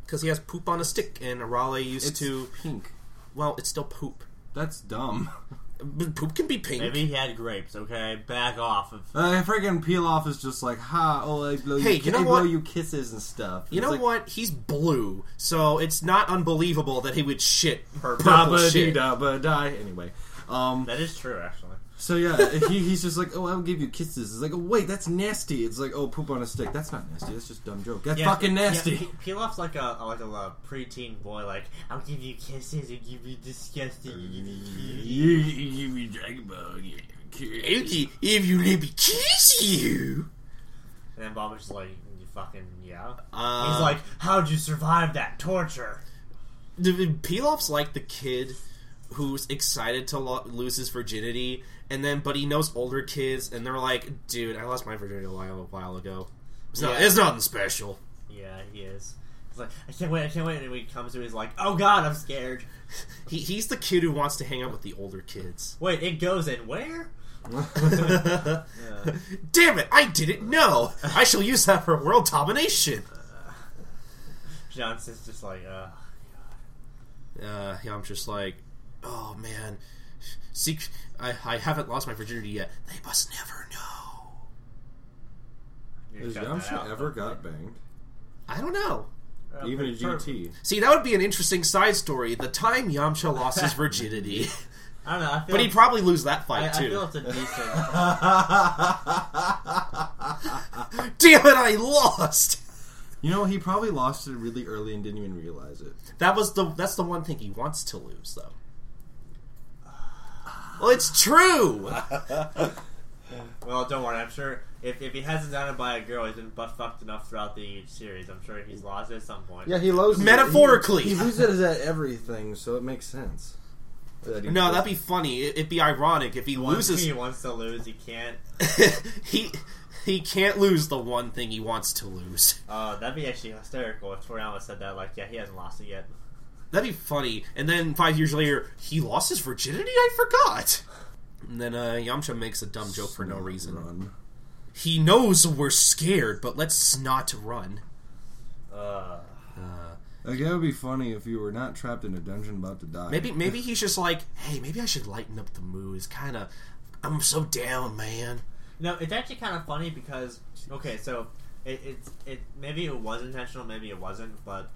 Speaker 3: Because he has poop on a stick, and Arale used
Speaker 2: It's
Speaker 3: to.
Speaker 2: pink.
Speaker 3: Well, it's still poop.
Speaker 2: That's dumb. <laughs>
Speaker 3: But Poop can be pink.
Speaker 1: Maybe he had grapes. Okay, back off. Of, <laughs>
Speaker 2: Uh, freaking peel off is just like, ha, oh, I blow
Speaker 3: Hey,
Speaker 2: you,
Speaker 3: you know
Speaker 2: I blow
Speaker 3: what?
Speaker 2: you kisses and stuff.
Speaker 3: You
Speaker 2: It's
Speaker 3: know
Speaker 2: like,
Speaker 3: what? He's blue, so it's not unbelievable that he would shit her
Speaker 2: Da
Speaker 3: purple
Speaker 2: ba dee
Speaker 3: shit.
Speaker 2: da ba die. Anyway, um,
Speaker 1: that is true, actually.
Speaker 2: So yeah, he, he's just like, oh, I'll give you kisses. It's like, oh wait, that's nasty. It's like, oh, poop on a stick. That's not nasty. That's just dumb joke. That's fucking nasty.
Speaker 1: Yeah, P- Pilaf's like a like a uh, preteen boy. Like I'll give you kisses, I'll give you disgusting, I'll give you cutie."
Speaker 2: You, you, you Dragon Ball, you- you-
Speaker 3: If you let me kiss you,
Speaker 1: And then Bob was just like, you fucking, yeah.
Speaker 3: uh,
Speaker 1: He's like, how'd you survive that torture?
Speaker 3: The- Pilaf's like the kid who's excited to lo- lose his virginity, and then but he knows older kids, and they're like, "Dude, I lost my virginity a while, a while ago. It's not.
Speaker 1: Yeah.
Speaker 3: It's nothing special." <laughs>
Speaker 1: Yeah, he is. He's like, I can't wait, I can't wait. And when he comes to it, he's like, oh god, I'm scared.
Speaker 3: He, he's the kid who wants to hang out with the older kids.
Speaker 1: Wait, it goes in where?
Speaker 3: <laughs> Damn it! I didn't know. I shall use that for world domination.
Speaker 1: Johnson's just like, uh.
Speaker 3: Uh, yeah, I'm just like, oh man, seek. I, I haven't lost my virginity yet. They must never know.
Speaker 1: you're
Speaker 2: Has
Speaker 1: cutting
Speaker 2: Yamcha
Speaker 1: that out.
Speaker 2: ever got banged?
Speaker 3: I don't know.
Speaker 1: Uh,
Speaker 2: Even a
Speaker 1: pretty perfect.
Speaker 2: GT.
Speaker 3: See, that would be an interesting side story. The time Yamcha lost
Speaker 1: <laughs>
Speaker 3: his virginity,
Speaker 1: I don't know. I feel
Speaker 3: but he'd
Speaker 1: like-
Speaker 3: probably lose that
Speaker 1: I,
Speaker 3: fight
Speaker 1: I
Speaker 3: too.
Speaker 1: feel it's a decent. <laughs>
Speaker 3: Damn it! I lost.
Speaker 2: <laughs> You know, he probably lost it really early and didn't even realize it.
Speaker 3: That was the. That's the one thing he wants to lose, though. Well, it's true.
Speaker 1: well, don't worry. I'm sure if, if he hasn't done it by a girl, he's been butt fucked enough throughout the series. I'm sure he's lost it at some point.
Speaker 2: Yeah, he loves
Speaker 3: Metaphorically.
Speaker 2: He, he loses it at everything, so it makes sense. That he-
Speaker 3: No, that'd be funny. It- It'd be ironic if he
Speaker 1: Once
Speaker 3: loses.
Speaker 1: he wants to lose, he can't.
Speaker 3: <laughs> he he can't lose the one thing he wants to lose.
Speaker 1: Uh, that'd be actually hysterical if Toriyama said that. Like, yeah, he hasn't lost it yet.
Speaker 3: That'd be funny. And then five years later, he lost his virginity. I forgot. And then uh, Yamcha makes a dumb joke for no reason.
Speaker 2: Run.
Speaker 3: He knows we're scared, but let's not run.
Speaker 1: Uh,
Speaker 2: Like that would be funny if you were not trapped in a dungeon about to die.
Speaker 3: Maybe maybe he's just like, hey, maybe I should lighten up the mood. It's kind of, I'm so down, man.
Speaker 1: no, it's actually kind of funny because okay, so it, it's it maybe it was intentional, maybe it wasn't, but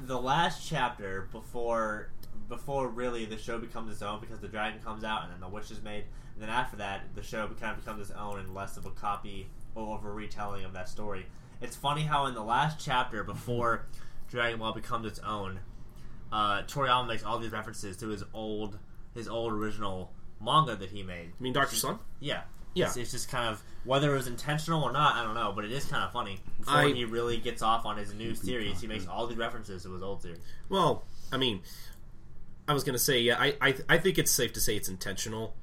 Speaker 1: the last chapter before before really the show becomes its own because the dragon comes out and then the witch is made, and then after that the show kind of becomes its own and less of a copy or of a retelling of that story. It's funny how in the last chapter before Dragon Ball becomes its own, uh, Toriyama makes all these references to his old his old original manga that he made.
Speaker 3: I mean, Doctor Slump.
Speaker 1: Yeah.
Speaker 3: Yeah.
Speaker 1: It's, it's just kind of whether it was intentional or not, I don't know, but it is kind of funny. Before
Speaker 3: I-
Speaker 1: he really gets off on his new series, he makes all the references to his old series.
Speaker 3: Well, I mean, I was gonna say, yeah, I, I, I think it's safe to say it's intentional.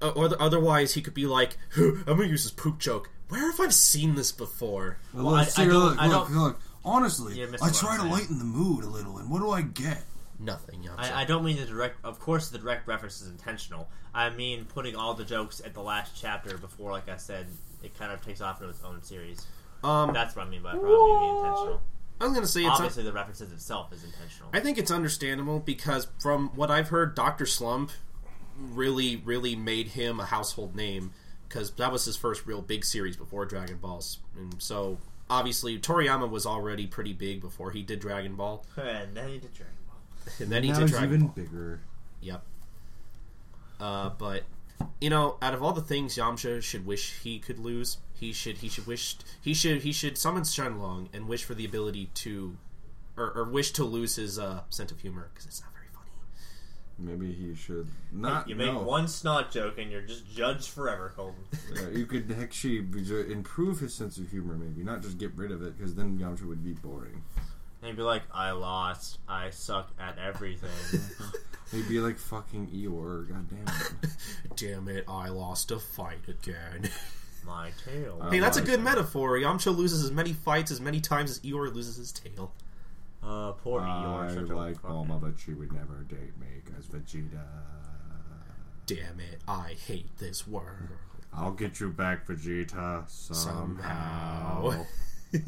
Speaker 3: Uh, or otherwise, he could be like, I'm gonna use this poop joke. Where have I seen this before?
Speaker 2: Well,
Speaker 1: Well,
Speaker 2: look,
Speaker 1: I- I
Speaker 2: see,
Speaker 1: don't-
Speaker 2: look,
Speaker 1: I
Speaker 2: look,
Speaker 1: don't-
Speaker 2: look. Honestly,
Speaker 1: Yeah, Mr.
Speaker 2: I try to
Speaker 1: Lawrence, I-
Speaker 2: lighten the mood a little, and what do I get?
Speaker 3: Nothing. Yamcha.
Speaker 1: I, I don't mean the direct, of course, the direct reference is intentional. I mean putting all the jokes at the last chapter before, like I said, it kind of takes off into its own series.
Speaker 3: um,
Speaker 1: That's what I mean by probably being intentional.
Speaker 3: I was gonna say it's
Speaker 1: Obviously, the references itself is intentional.
Speaker 3: I think it's understandable because from what I've heard, Doctor Slump really, really made him a household name because that was his first real big series before Dragon Balls, and so obviously Toriyama was already pretty big before he did Dragon Ball,
Speaker 1: and then he did Dragon Ball.
Speaker 3: and then he
Speaker 2: now
Speaker 3: did
Speaker 2: he's
Speaker 3: Dragon
Speaker 2: even
Speaker 3: Ball.
Speaker 2: bigger.
Speaker 3: Yep. Uh, but you know, out of all the things Yamcha should wish he could lose, he should he should wish he should he should summon Shenlong and wish for the ability to, or, or wish to lose his uh, sense of humor because it's not very funny.
Speaker 2: Maybe he should not.
Speaker 1: You make
Speaker 2: no.
Speaker 1: one snot joke and you're just judged forever,
Speaker 3: <laughs>
Speaker 1: Colton.
Speaker 2: Uh, you could actually be- improve his sense of humor, maybe not just get rid of it, because then Yamcha would be boring.
Speaker 1: And he'd be like, I lost. I suck at
Speaker 3: <laughs>
Speaker 1: everything.
Speaker 2: He'd be like fucking Eeyore. God damn it!
Speaker 3: Damn it! I lost a fight again. <laughs>
Speaker 1: My tail.
Speaker 3: hey, that's a good metaphor. Yamcha loses as many fights as many times as Eeyore loses his tail.
Speaker 1: Uh, poor <laughs>
Speaker 2: I
Speaker 1: Eeyore. such a
Speaker 2: like
Speaker 1: fucking-
Speaker 2: Bulma, but she would never date me, because Vegeta.
Speaker 3: Damn it! I hate this world.
Speaker 2: I'll get you back, Vegeta, somehow.
Speaker 1: <laughs>
Speaker 3: Somehow.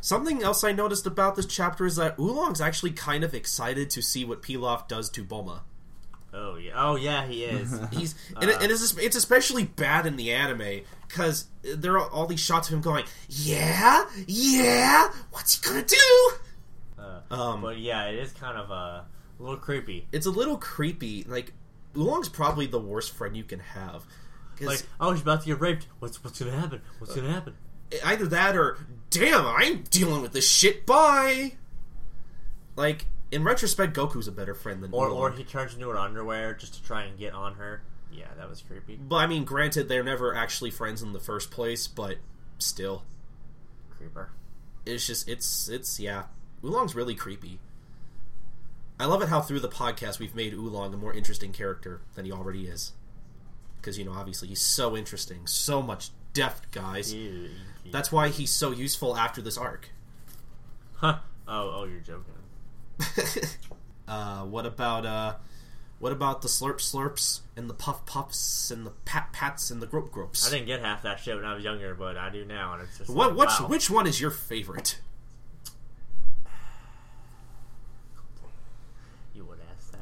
Speaker 3: Something else I noticed about this chapter is that Oolong's actually kind of excited to see what Pilaf does to Bulma.
Speaker 1: Oh yeah. Oh yeah, he is.
Speaker 3: He's
Speaker 1: Uh-huh.
Speaker 3: and, it, and it's, it's especially bad in the anime because there are all these shots of him going, "Yeah, yeah, what's he gonna do?"
Speaker 1: Uh,
Speaker 3: Um,
Speaker 1: but yeah, it is kind of uh, a little creepy.
Speaker 3: It's a little creepy. Like Oolong's probably the worst friend you can have. 'Cause
Speaker 1: Like, oh, she's about to get raped. What's what's gonna happen? What's gonna happen?
Speaker 3: e, either that or damn i'm dealing with this shit bye like in retrospect goku's a better friend than
Speaker 1: Or
Speaker 3: Oolong.
Speaker 1: or he turns into an underwear just to try and get on her. Yeah, that was creepy.
Speaker 3: but i mean granted they're never actually friends in the first place but still
Speaker 1: Creeper.
Speaker 3: it's just it's it's yeah oolong's really creepy i love it how through the podcast we've made oolong a more interesting character than he already is because you know obviously he's so interesting so much depth guys
Speaker 1: Ew,
Speaker 3: that's why he's so useful after this arc <laughs>
Speaker 1: huh. Oh oh, you're joking.
Speaker 3: uh, what about uh, what about the slurp slurps and the puff puffs and the pat pats and the grope
Speaker 1: I
Speaker 3: gropes?
Speaker 1: didn't get half that shit when I was younger, but I do now, and it's just
Speaker 3: What
Speaker 1: like,
Speaker 3: what's
Speaker 1: wow.
Speaker 3: which one is your favorite?
Speaker 1: you would ask that.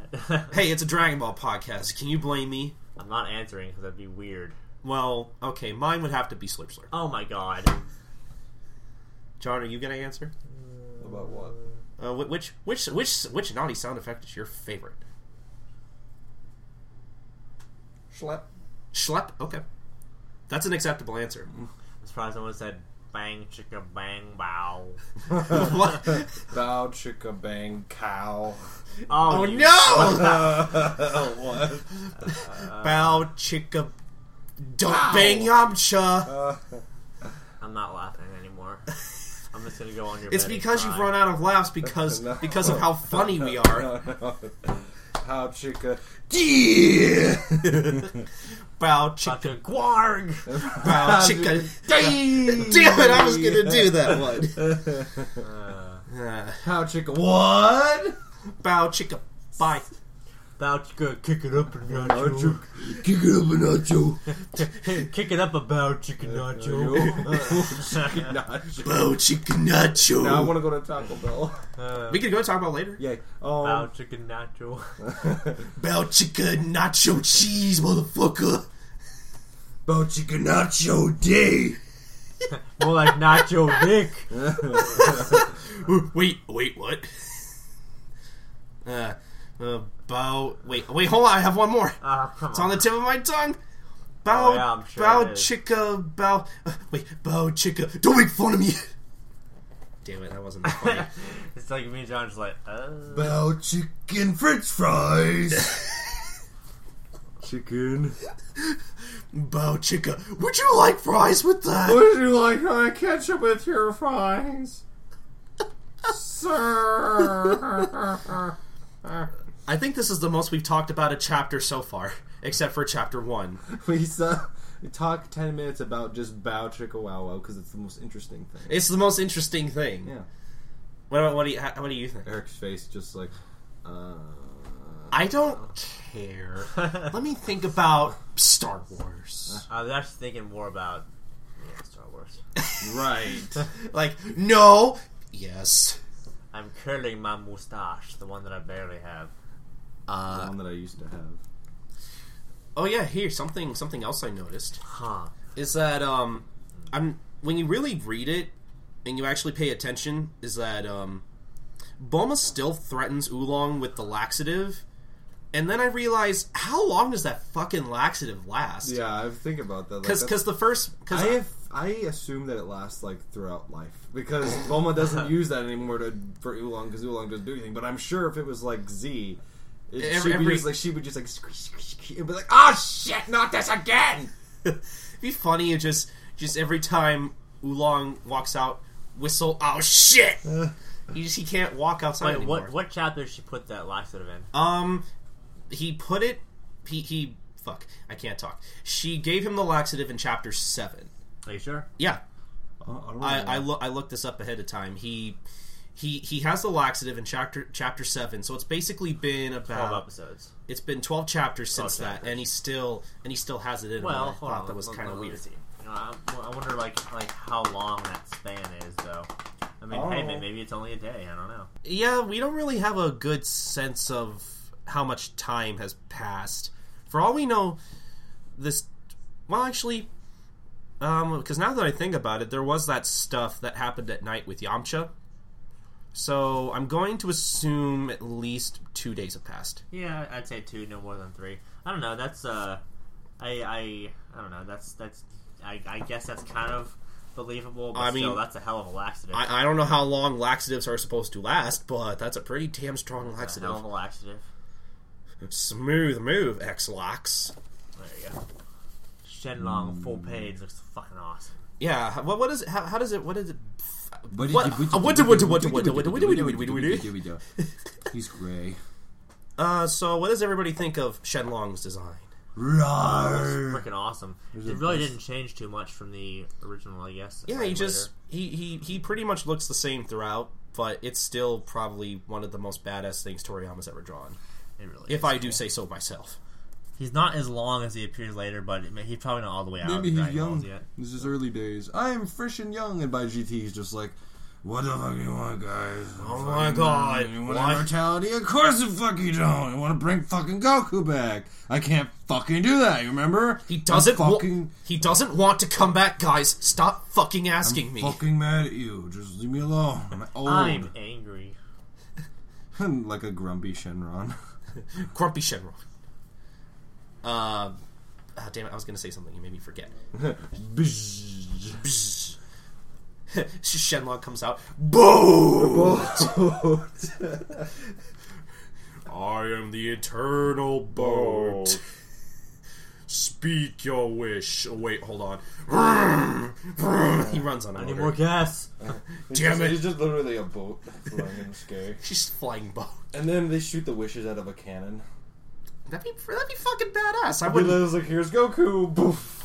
Speaker 3: <laughs>
Speaker 1: <laughs>
Speaker 3: Hey, it's a Dragon Ball podcast. Can you blame me?
Speaker 1: I'm not answering because that'd be weird.
Speaker 3: Well, okay, mine would have to be slurp slurp.
Speaker 1: Oh my god.
Speaker 3: John, are you gonna answer?
Speaker 4: About what?
Speaker 3: Uh, wh- which which which which naughty sound effect is your favorite?
Speaker 4: Schlep.
Speaker 3: Schlep. Okay, that's an acceptable
Speaker 4: <laughs>
Speaker 3: answer. <laughs>
Speaker 1: I'm surprised someone said bang chicka bang bow.
Speaker 3: What?
Speaker 4: Bow chicka bang cow.
Speaker 1: Oh,
Speaker 3: Oh
Speaker 1: you-
Speaker 3: no!
Speaker 4: <laughs> what?
Speaker 3: <laughs> Bow chicka. Don't bang Yamcha.
Speaker 4: Uh,
Speaker 1: I'm not laughing
Speaker 3: <laughs>
Speaker 1: anymore. I'm just gonna go on your.
Speaker 3: It's
Speaker 1: bed and
Speaker 3: because you've
Speaker 1: cry.
Speaker 3: run out of laughs because
Speaker 4: <laughs> No.
Speaker 3: because of how
Speaker 4: <laughs>
Speaker 3: funny we are.
Speaker 4: Bow chicka.
Speaker 3: Bow
Speaker 4: <laughs>
Speaker 1: Such
Speaker 3: chicken,
Speaker 1: a guarg.
Speaker 3: bow chicken. Damn damn it! I was gonna do that one.
Speaker 4: <laughs>
Speaker 3: Uh,
Speaker 4: Bow chicka. What?
Speaker 3: bow chicken, bye.
Speaker 1: About you kick it up a nacho.
Speaker 2: Nacho. Kick it up a nacho.
Speaker 1: kick it up about you <laughs> nacho.
Speaker 3: Bow chicken nacho.
Speaker 4: Now I want to go to Taco Bell.
Speaker 1: Uh,
Speaker 3: we could go and talk about it later.
Speaker 4: Yay. Um,
Speaker 1: Bow chicken nacho.
Speaker 3: Bow chicken nacho cheese, motherfucker.
Speaker 2: Bow chicken nacho day.
Speaker 1: More like nacho dick.
Speaker 3: <laughs> Wait, wait, what? <laughs> Uh, uh, bow. Wait, wait, hold on. I have one more.
Speaker 1: Ah, come
Speaker 3: It's on
Speaker 1: on.
Speaker 3: the tip of my tongue. Bow,
Speaker 1: Oh, yeah, I'm sure
Speaker 3: bow,
Speaker 1: it is.
Speaker 3: chicka, bow. Uh, wait, bow, chicka. Don't make fun of me. <laughs> Damn it, that wasn't that <laughs>
Speaker 1: <laughs>
Speaker 3: funny.
Speaker 1: it's like me and John just like, uh,
Speaker 2: Bow chicken
Speaker 4: <laughs>
Speaker 2: french fries. chicken.
Speaker 3: bow, chicka. Would you like fries with that?
Speaker 4: Would you like uh, ketchup with your fries? <laughs> Sir.
Speaker 3: I think this is the most we've talked about a chapter so far, except for chapter one.
Speaker 4: we saw, we talk 10 minutes about just bow chicka wow wow because it's the most interesting thing.
Speaker 3: It's the most interesting thing.
Speaker 4: Yeah.
Speaker 3: What about what do you? how- What do you think?
Speaker 4: Eric's face just like, uh.
Speaker 3: I don't
Speaker 4: <laughs>
Speaker 3: care. Let me think about Star Wars.
Speaker 1: I
Speaker 4: <laughs>
Speaker 1: was actually thinking more about yeah, Star Wars.
Speaker 4: Right.
Speaker 3: Like, no, Yes.
Speaker 1: I'm curling my mustache, the one that I barely have.
Speaker 4: the
Speaker 3: Uh,
Speaker 4: one that I used to have.
Speaker 3: oh yeah, here something something else I noticed
Speaker 1: Huh.
Speaker 3: is that um, I'm when you really read it and you actually pay attention is that um, Bulma still threatens Oolong with the laxative, and then I realize how long does that fucking laxative last?
Speaker 4: Yeah, I think about that. like,
Speaker 3: Because
Speaker 4: that's-
Speaker 3: the first because
Speaker 4: I have, I assume that it lasts like throughout life because Bulma doesn't use that anymore to for Oolong because Oolong doesn't do anything. But I'm sure if it was like Z, it,
Speaker 3: Every-
Speaker 4: she'd be
Speaker 3: every-
Speaker 4: just like she would just like squish, squish, squish, and be like, "Ah, shit, not this again."
Speaker 3: It'd <laughs> be funny if just just every time Oolong walks out, whistle. Oh shit! he just he can't walk outside
Speaker 1: Wait,
Speaker 3: anymore.
Speaker 1: what what chapter did she put that laxative in?
Speaker 3: Um, he put it. He he. Fuck, I can't talk. She gave him the laxative in chapter seven.
Speaker 1: Are you sure?
Speaker 3: Yeah,
Speaker 2: don't
Speaker 3: I
Speaker 2: know.
Speaker 3: I, lo- I looked this up ahead of time. He. He, he has the laxative in chapter chapter seven, so it's basically been
Speaker 1: Twelve
Speaker 3: about
Speaker 1: episodes.
Speaker 3: it's been twelve chapters since that,
Speaker 1: chapters.
Speaker 3: and he still and he still has it in. him,
Speaker 1: Well,
Speaker 3: and I
Speaker 1: hold
Speaker 3: thought
Speaker 1: on.
Speaker 3: that was
Speaker 1: let-
Speaker 3: kind of
Speaker 1: let me
Speaker 3: weird.
Speaker 1: see. You know, I, I wonder like like how long that span is though. I mean, hey,
Speaker 3: Oh.
Speaker 1: man, maybe it's only a day. I don't know.
Speaker 3: Yeah, we don't really have a good sense of how much time has passed. For all we know, this. Well, actually, because now that I think about it, there was that stuff that happened at night with Yamcha. So I'm going to assume at least two days have passed.
Speaker 1: Yeah, I'd say two, no more than three. I don't know. That's uh, I I I don't know. That's that's I, I guess that's kind of believable. But
Speaker 3: I
Speaker 1: still,
Speaker 3: mean-
Speaker 1: that's a hell of a laxative.
Speaker 3: I, I don't know how long laxatives are supposed to last, but that's a pretty damn strong
Speaker 1: a hell of
Speaker 3: laxative.
Speaker 1: a laxative.
Speaker 3: Smooth move, X Lax.
Speaker 1: There you go. Shenlong
Speaker 3: Hmm.
Speaker 1: full page looks fucking awesome.
Speaker 3: Yeah, what, what is it? How, how does it? What is it?
Speaker 2: What
Speaker 3: What-
Speaker 2: did you-
Speaker 3: what do- what do- what do- what do- what do- what do- what do- what do- what do- what
Speaker 2: He's gray.
Speaker 3: Uh, so what does everybody think of Shenlong's design?
Speaker 2: Rawr.
Speaker 1: Freaking awesome. It really didn't change too much from the original, I guess.
Speaker 3: Yeah, he
Speaker 1: Later.
Speaker 3: just he, he he pretty much looks the same throughout, but it's still probably one of the most badass things Toriyama's ever drawn.
Speaker 1: It really
Speaker 3: If I do say so myself.
Speaker 1: He's not as long as he appears later, but it may- he's probably not all the way out. of
Speaker 2: Maybe he's
Speaker 1: Dragon Balls
Speaker 2: young.
Speaker 1: Yet.
Speaker 2: This is early days. I am fresh and young, and by GT, he's just like, "What the fuck you want, guys?
Speaker 3: Oh my god!
Speaker 2: You want a
Speaker 3: Why?
Speaker 2: mortality? Of course the fuck you don't. You want to bring fucking Goku back? I can't fucking do that. You remember?
Speaker 3: He doesn't
Speaker 2: I'm
Speaker 3: wa-
Speaker 2: fucking."
Speaker 3: he doesn't want to come back, guys. Stop fucking asking me.
Speaker 2: Fucking mad at you. Just leave me alone. I'm old.
Speaker 1: I'm angry.
Speaker 2: <laughs> like a grumpy Shenron.
Speaker 3: Grumpy Shenron. Uh, ah, damn it! I was gonna say something. You made me forget. <laughs>
Speaker 2: <laughs>
Speaker 3: Bzzz. Shenlong comes out. Boom! I am the eternal boat. Speak your wish. Oh, wait, hold on. he runs on
Speaker 1: Any
Speaker 3: a
Speaker 1: more
Speaker 3: motor.
Speaker 1: gas?
Speaker 3: Damn it!
Speaker 4: It's just literally a boat flying in the sky.
Speaker 3: She's flying boat.
Speaker 4: And then they shoot the wishes out of a cannon.
Speaker 3: That'd be that'd be fucking badass. I
Speaker 4: But
Speaker 3: would.
Speaker 4: it's like, here's Goku. Boof.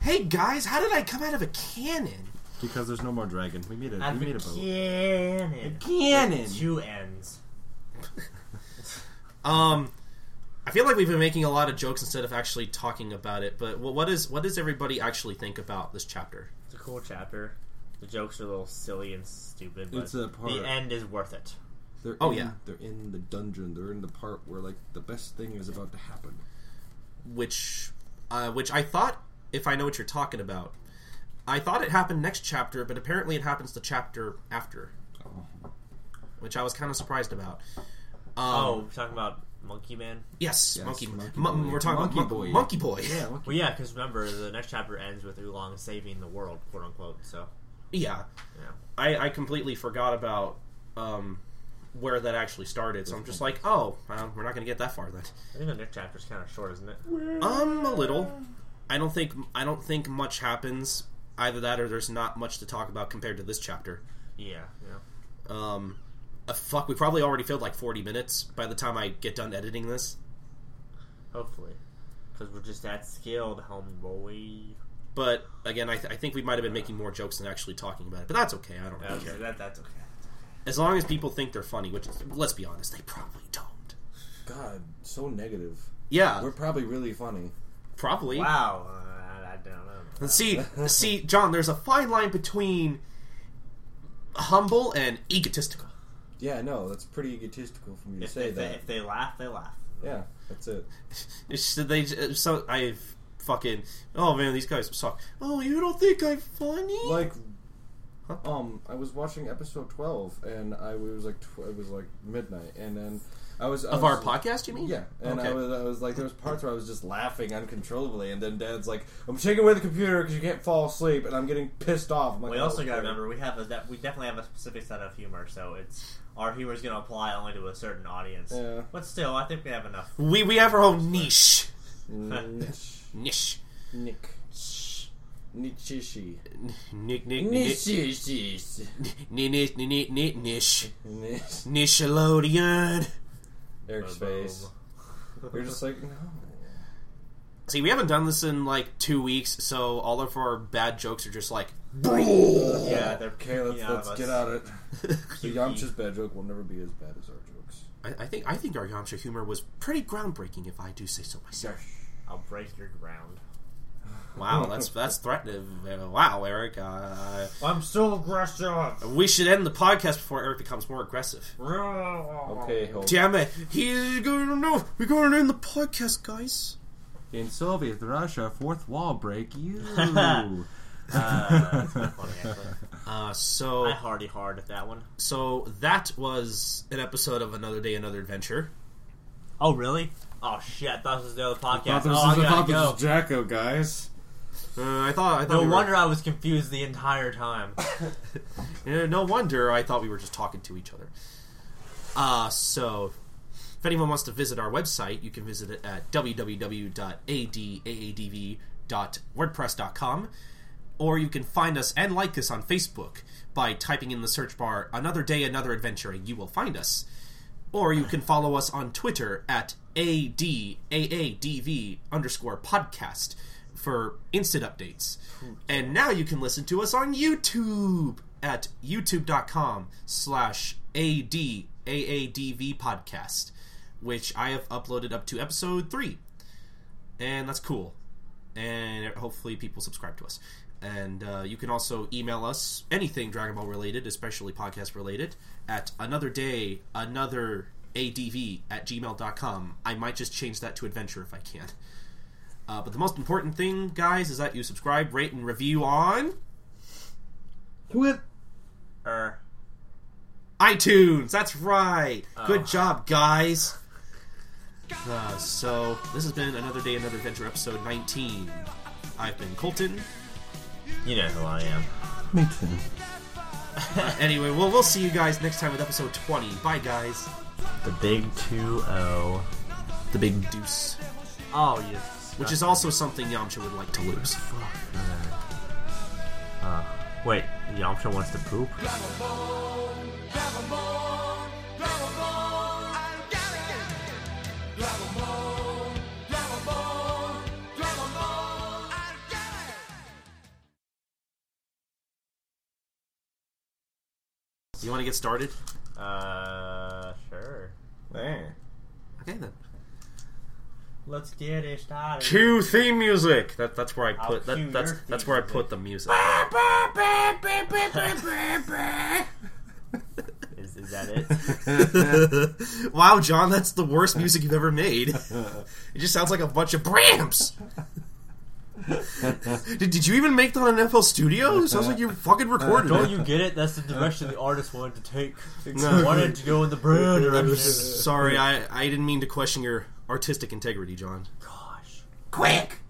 Speaker 3: Hey guys, how did I come out of a cannon?
Speaker 2: because there's no more dragon. We made it.
Speaker 1: I'm
Speaker 2: we made a boat.
Speaker 1: cannon.
Speaker 4: Cannon.
Speaker 1: Two ends.
Speaker 3: Um, I feel like we've been making a lot of jokes instead of actually talking about it. But wh- what is what does everybody actually think about this chapter?
Speaker 1: It's a cool chapter. The jokes are a little silly and stupid, but
Speaker 2: It's a part-
Speaker 1: the end is worth it.
Speaker 2: They're
Speaker 3: Oh,
Speaker 2: in,
Speaker 3: yeah.
Speaker 2: they're in the dungeon. They're in the part where like the best thing is about to happen.
Speaker 3: Which, uh, which I thought, if I know what you're talking about, I thought it happened next chapter, but apparently it happens the chapter after, Oh. which I was kind of surprised about. Um,
Speaker 1: Oh, we're talking about Monkey Man.
Speaker 3: yes,
Speaker 2: Yes,
Speaker 3: monkey.
Speaker 2: Monkey
Speaker 3: Mon-
Speaker 2: Boy.
Speaker 3: We're talking
Speaker 2: Monkey
Speaker 3: about Mon-
Speaker 2: Boy.
Speaker 3: monkey boy.
Speaker 1: Well, yeah, because remember the next chapter ends with Oolong saving the world, quote unquote. So,
Speaker 3: <laughs> yeah.
Speaker 1: yeah.
Speaker 3: I, I completely forgot about um, where that actually started, so I'm just like, oh, well, we're not going to get that far then.
Speaker 1: I think the next chapter's kind of short, isn't it?
Speaker 3: Um, a little. I don't think I don't think much happens either that or there's not much to talk about compared to this chapter.
Speaker 1: Yeah, yeah.
Speaker 3: Um, uh, fuck, we probably already filled like 40 minutes by the time I get done editing this.
Speaker 1: Hopefully, because we're just that skilled, homeboy.
Speaker 3: But again, I, th- I think we might have been making more jokes than actually talking about it. But that's okay. I don't really
Speaker 1: That's,
Speaker 3: care.
Speaker 1: that, that's okay.
Speaker 3: As long as people think they're funny, which let's be honest, they probably don't.
Speaker 4: God, so negative.
Speaker 3: Yeah,
Speaker 4: We're probably really funny.
Speaker 3: probably. <laughs>
Speaker 1: Wow, uh, I, I don't know.
Speaker 4: <laughs>
Speaker 3: And see, see, John, there's a fine line between humble and egotistical. <laughs>
Speaker 4: Yeah, no, that's pretty egotistical for me to
Speaker 1: If,
Speaker 4: say
Speaker 1: if, they,
Speaker 4: that.
Speaker 1: if they laugh, they laugh.
Speaker 4: yeah, that's it.
Speaker 3: It's- they uh, so I fucking oh man, these guys suck. Oh, you don't think I'm funny?
Speaker 4: Like, um, I was watching episode twelve, and I it was like tw- it was like midnight, and then I was I
Speaker 3: of
Speaker 4: was,
Speaker 3: our podcast, you mean?
Speaker 4: uh, Yeah, and I
Speaker 3: Okay.
Speaker 4: was, I was like, there was parts where I was just laughing uncontrollably, and then Dad's like, "I'm taking away the computer because you can't fall asleep," and I'm getting pissed off. I'm like,
Speaker 1: We
Speaker 4: "Oh,
Speaker 1: also got to
Speaker 4: great."
Speaker 1: remember we have a that we definitely have a specific set of humor, so it's our humor is going to apply only to a certain audience. <laughs>
Speaker 4: Yeah.
Speaker 1: But still, I think we have enough.
Speaker 3: We we have our own niche.
Speaker 4: Nish-
Speaker 3: Niche.
Speaker 4: Nick Nichishi
Speaker 3: Nick Nick Nick
Speaker 4: Nichishi
Speaker 3: Nick Nick Nick niche.
Speaker 4: Nish
Speaker 3: Nickelodeon.
Speaker 4: Eric's face. You're just like no.
Speaker 3: See, we haven't done this in like two weeks, so all of our bad jokes are just like
Speaker 1: yeah, they're
Speaker 4: Okay, let's,
Speaker 1: picking
Speaker 4: let's
Speaker 1: of
Speaker 4: get
Speaker 1: us.
Speaker 4: at it. So Yamcha's bad joke will never be as bad as our jokes.
Speaker 3: <laughs> I, I think I think our Yamcha humor was pretty groundbreaking, if I do say so myself.
Speaker 1: I'll break your ground.
Speaker 3: Wow, that's that's threatening. Uh, Wow, Eric, uh,
Speaker 1: I'm so aggressive.
Speaker 3: we should end the podcast before Eric becomes more aggressive.
Speaker 4: Okay, hold.
Speaker 3: Damn it! He's going no. We're going to end the podcast, guys.
Speaker 2: In Soviet Russia, fourth wall break.
Speaker 1: <laughs>
Speaker 2: You.
Speaker 1: Uh, that's not funny,
Speaker 4: <laughs>
Speaker 1: actually.
Speaker 3: Uh,
Speaker 1: I
Speaker 3: so
Speaker 1: hardy hard at that one.
Speaker 3: so that was an episode of Another Day, Another Adventure.
Speaker 1: Oh, really? Oh, shit. I thought this was the other podcast.
Speaker 4: This
Speaker 1: Oh, I
Speaker 4: is- I
Speaker 1: gotta
Speaker 4: thought this
Speaker 1: go.
Speaker 4: was Jacko, guys.
Speaker 3: Uh, I thought I thought
Speaker 1: No
Speaker 3: we were-
Speaker 1: wonder I was confused the entire time. <laughs>
Speaker 3: Yeah, no wonder I thought we were just talking to each other. Uh, so, if anyone wants to visit our website, you can visit it at www.adaadv.wordpress.com, or you can find us and like us on Facebook by typing in the search bar Another Day, Another Adventure, and you will find us. Or you can follow us on Twitter at ADAADV underscore podcast for instant updates. And now you can listen to us on YouTube at youtube.com slash ADAADV podcast, which I have uploaded up to episode three. And that's cool. And hopefully people subscribe to us. And uh, you can also email us anything Dragon Ball related, especially podcast related, at another day, another adv at gmail.com. I might just change that to adventure if I can. Uh, but the most important thing, guys, is that you subscribe, rate, and review on
Speaker 4: Quit.
Speaker 1: er,
Speaker 3: iTunes. That's right. Good job, guys. Uh, so this has been another day, another adventure, episode 19. I've been Colton.
Speaker 1: you know who I am.
Speaker 2: Makes sense.
Speaker 3: Anyway, well, we'll see you guys next time with episode 20. Bye, guys.
Speaker 1: The Big oh. 2-0.
Speaker 3: The big deuce,
Speaker 1: Oh, yes.
Speaker 3: which is also something Yamcha would like to lose.
Speaker 1: Wait, Yamcha wants to poop?
Speaker 3: You want to get started?
Speaker 1: Uh, sure.
Speaker 4: There.
Speaker 3: Okay then.
Speaker 1: Let's get it started.
Speaker 3: Cue theme music. That, that's where I put.
Speaker 1: cue
Speaker 3: That, that's
Speaker 1: your theme
Speaker 3: that's where I
Speaker 1: music.
Speaker 3: put the music.
Speaker 1: Is, is that it? <laughs>
Speaker 3: wow, John, that's the worst music you've ever made. It just sounds like a bunch of bramps. did, did you even make that on FL Studio? It sounds like you fucking recorded
Speaker 1: Don't
Speaker 3: it.
Speaker 1: you get it? That's the direction the artist wanted to take. Wanted to go in the brand
Speaker 3: I'm
Speaker 1: direction.
Speaker 3: sorry, I, I didn't mean to question your artistic integrity, John.
Speaker 1: Gosh.
Speaker 3: Quick!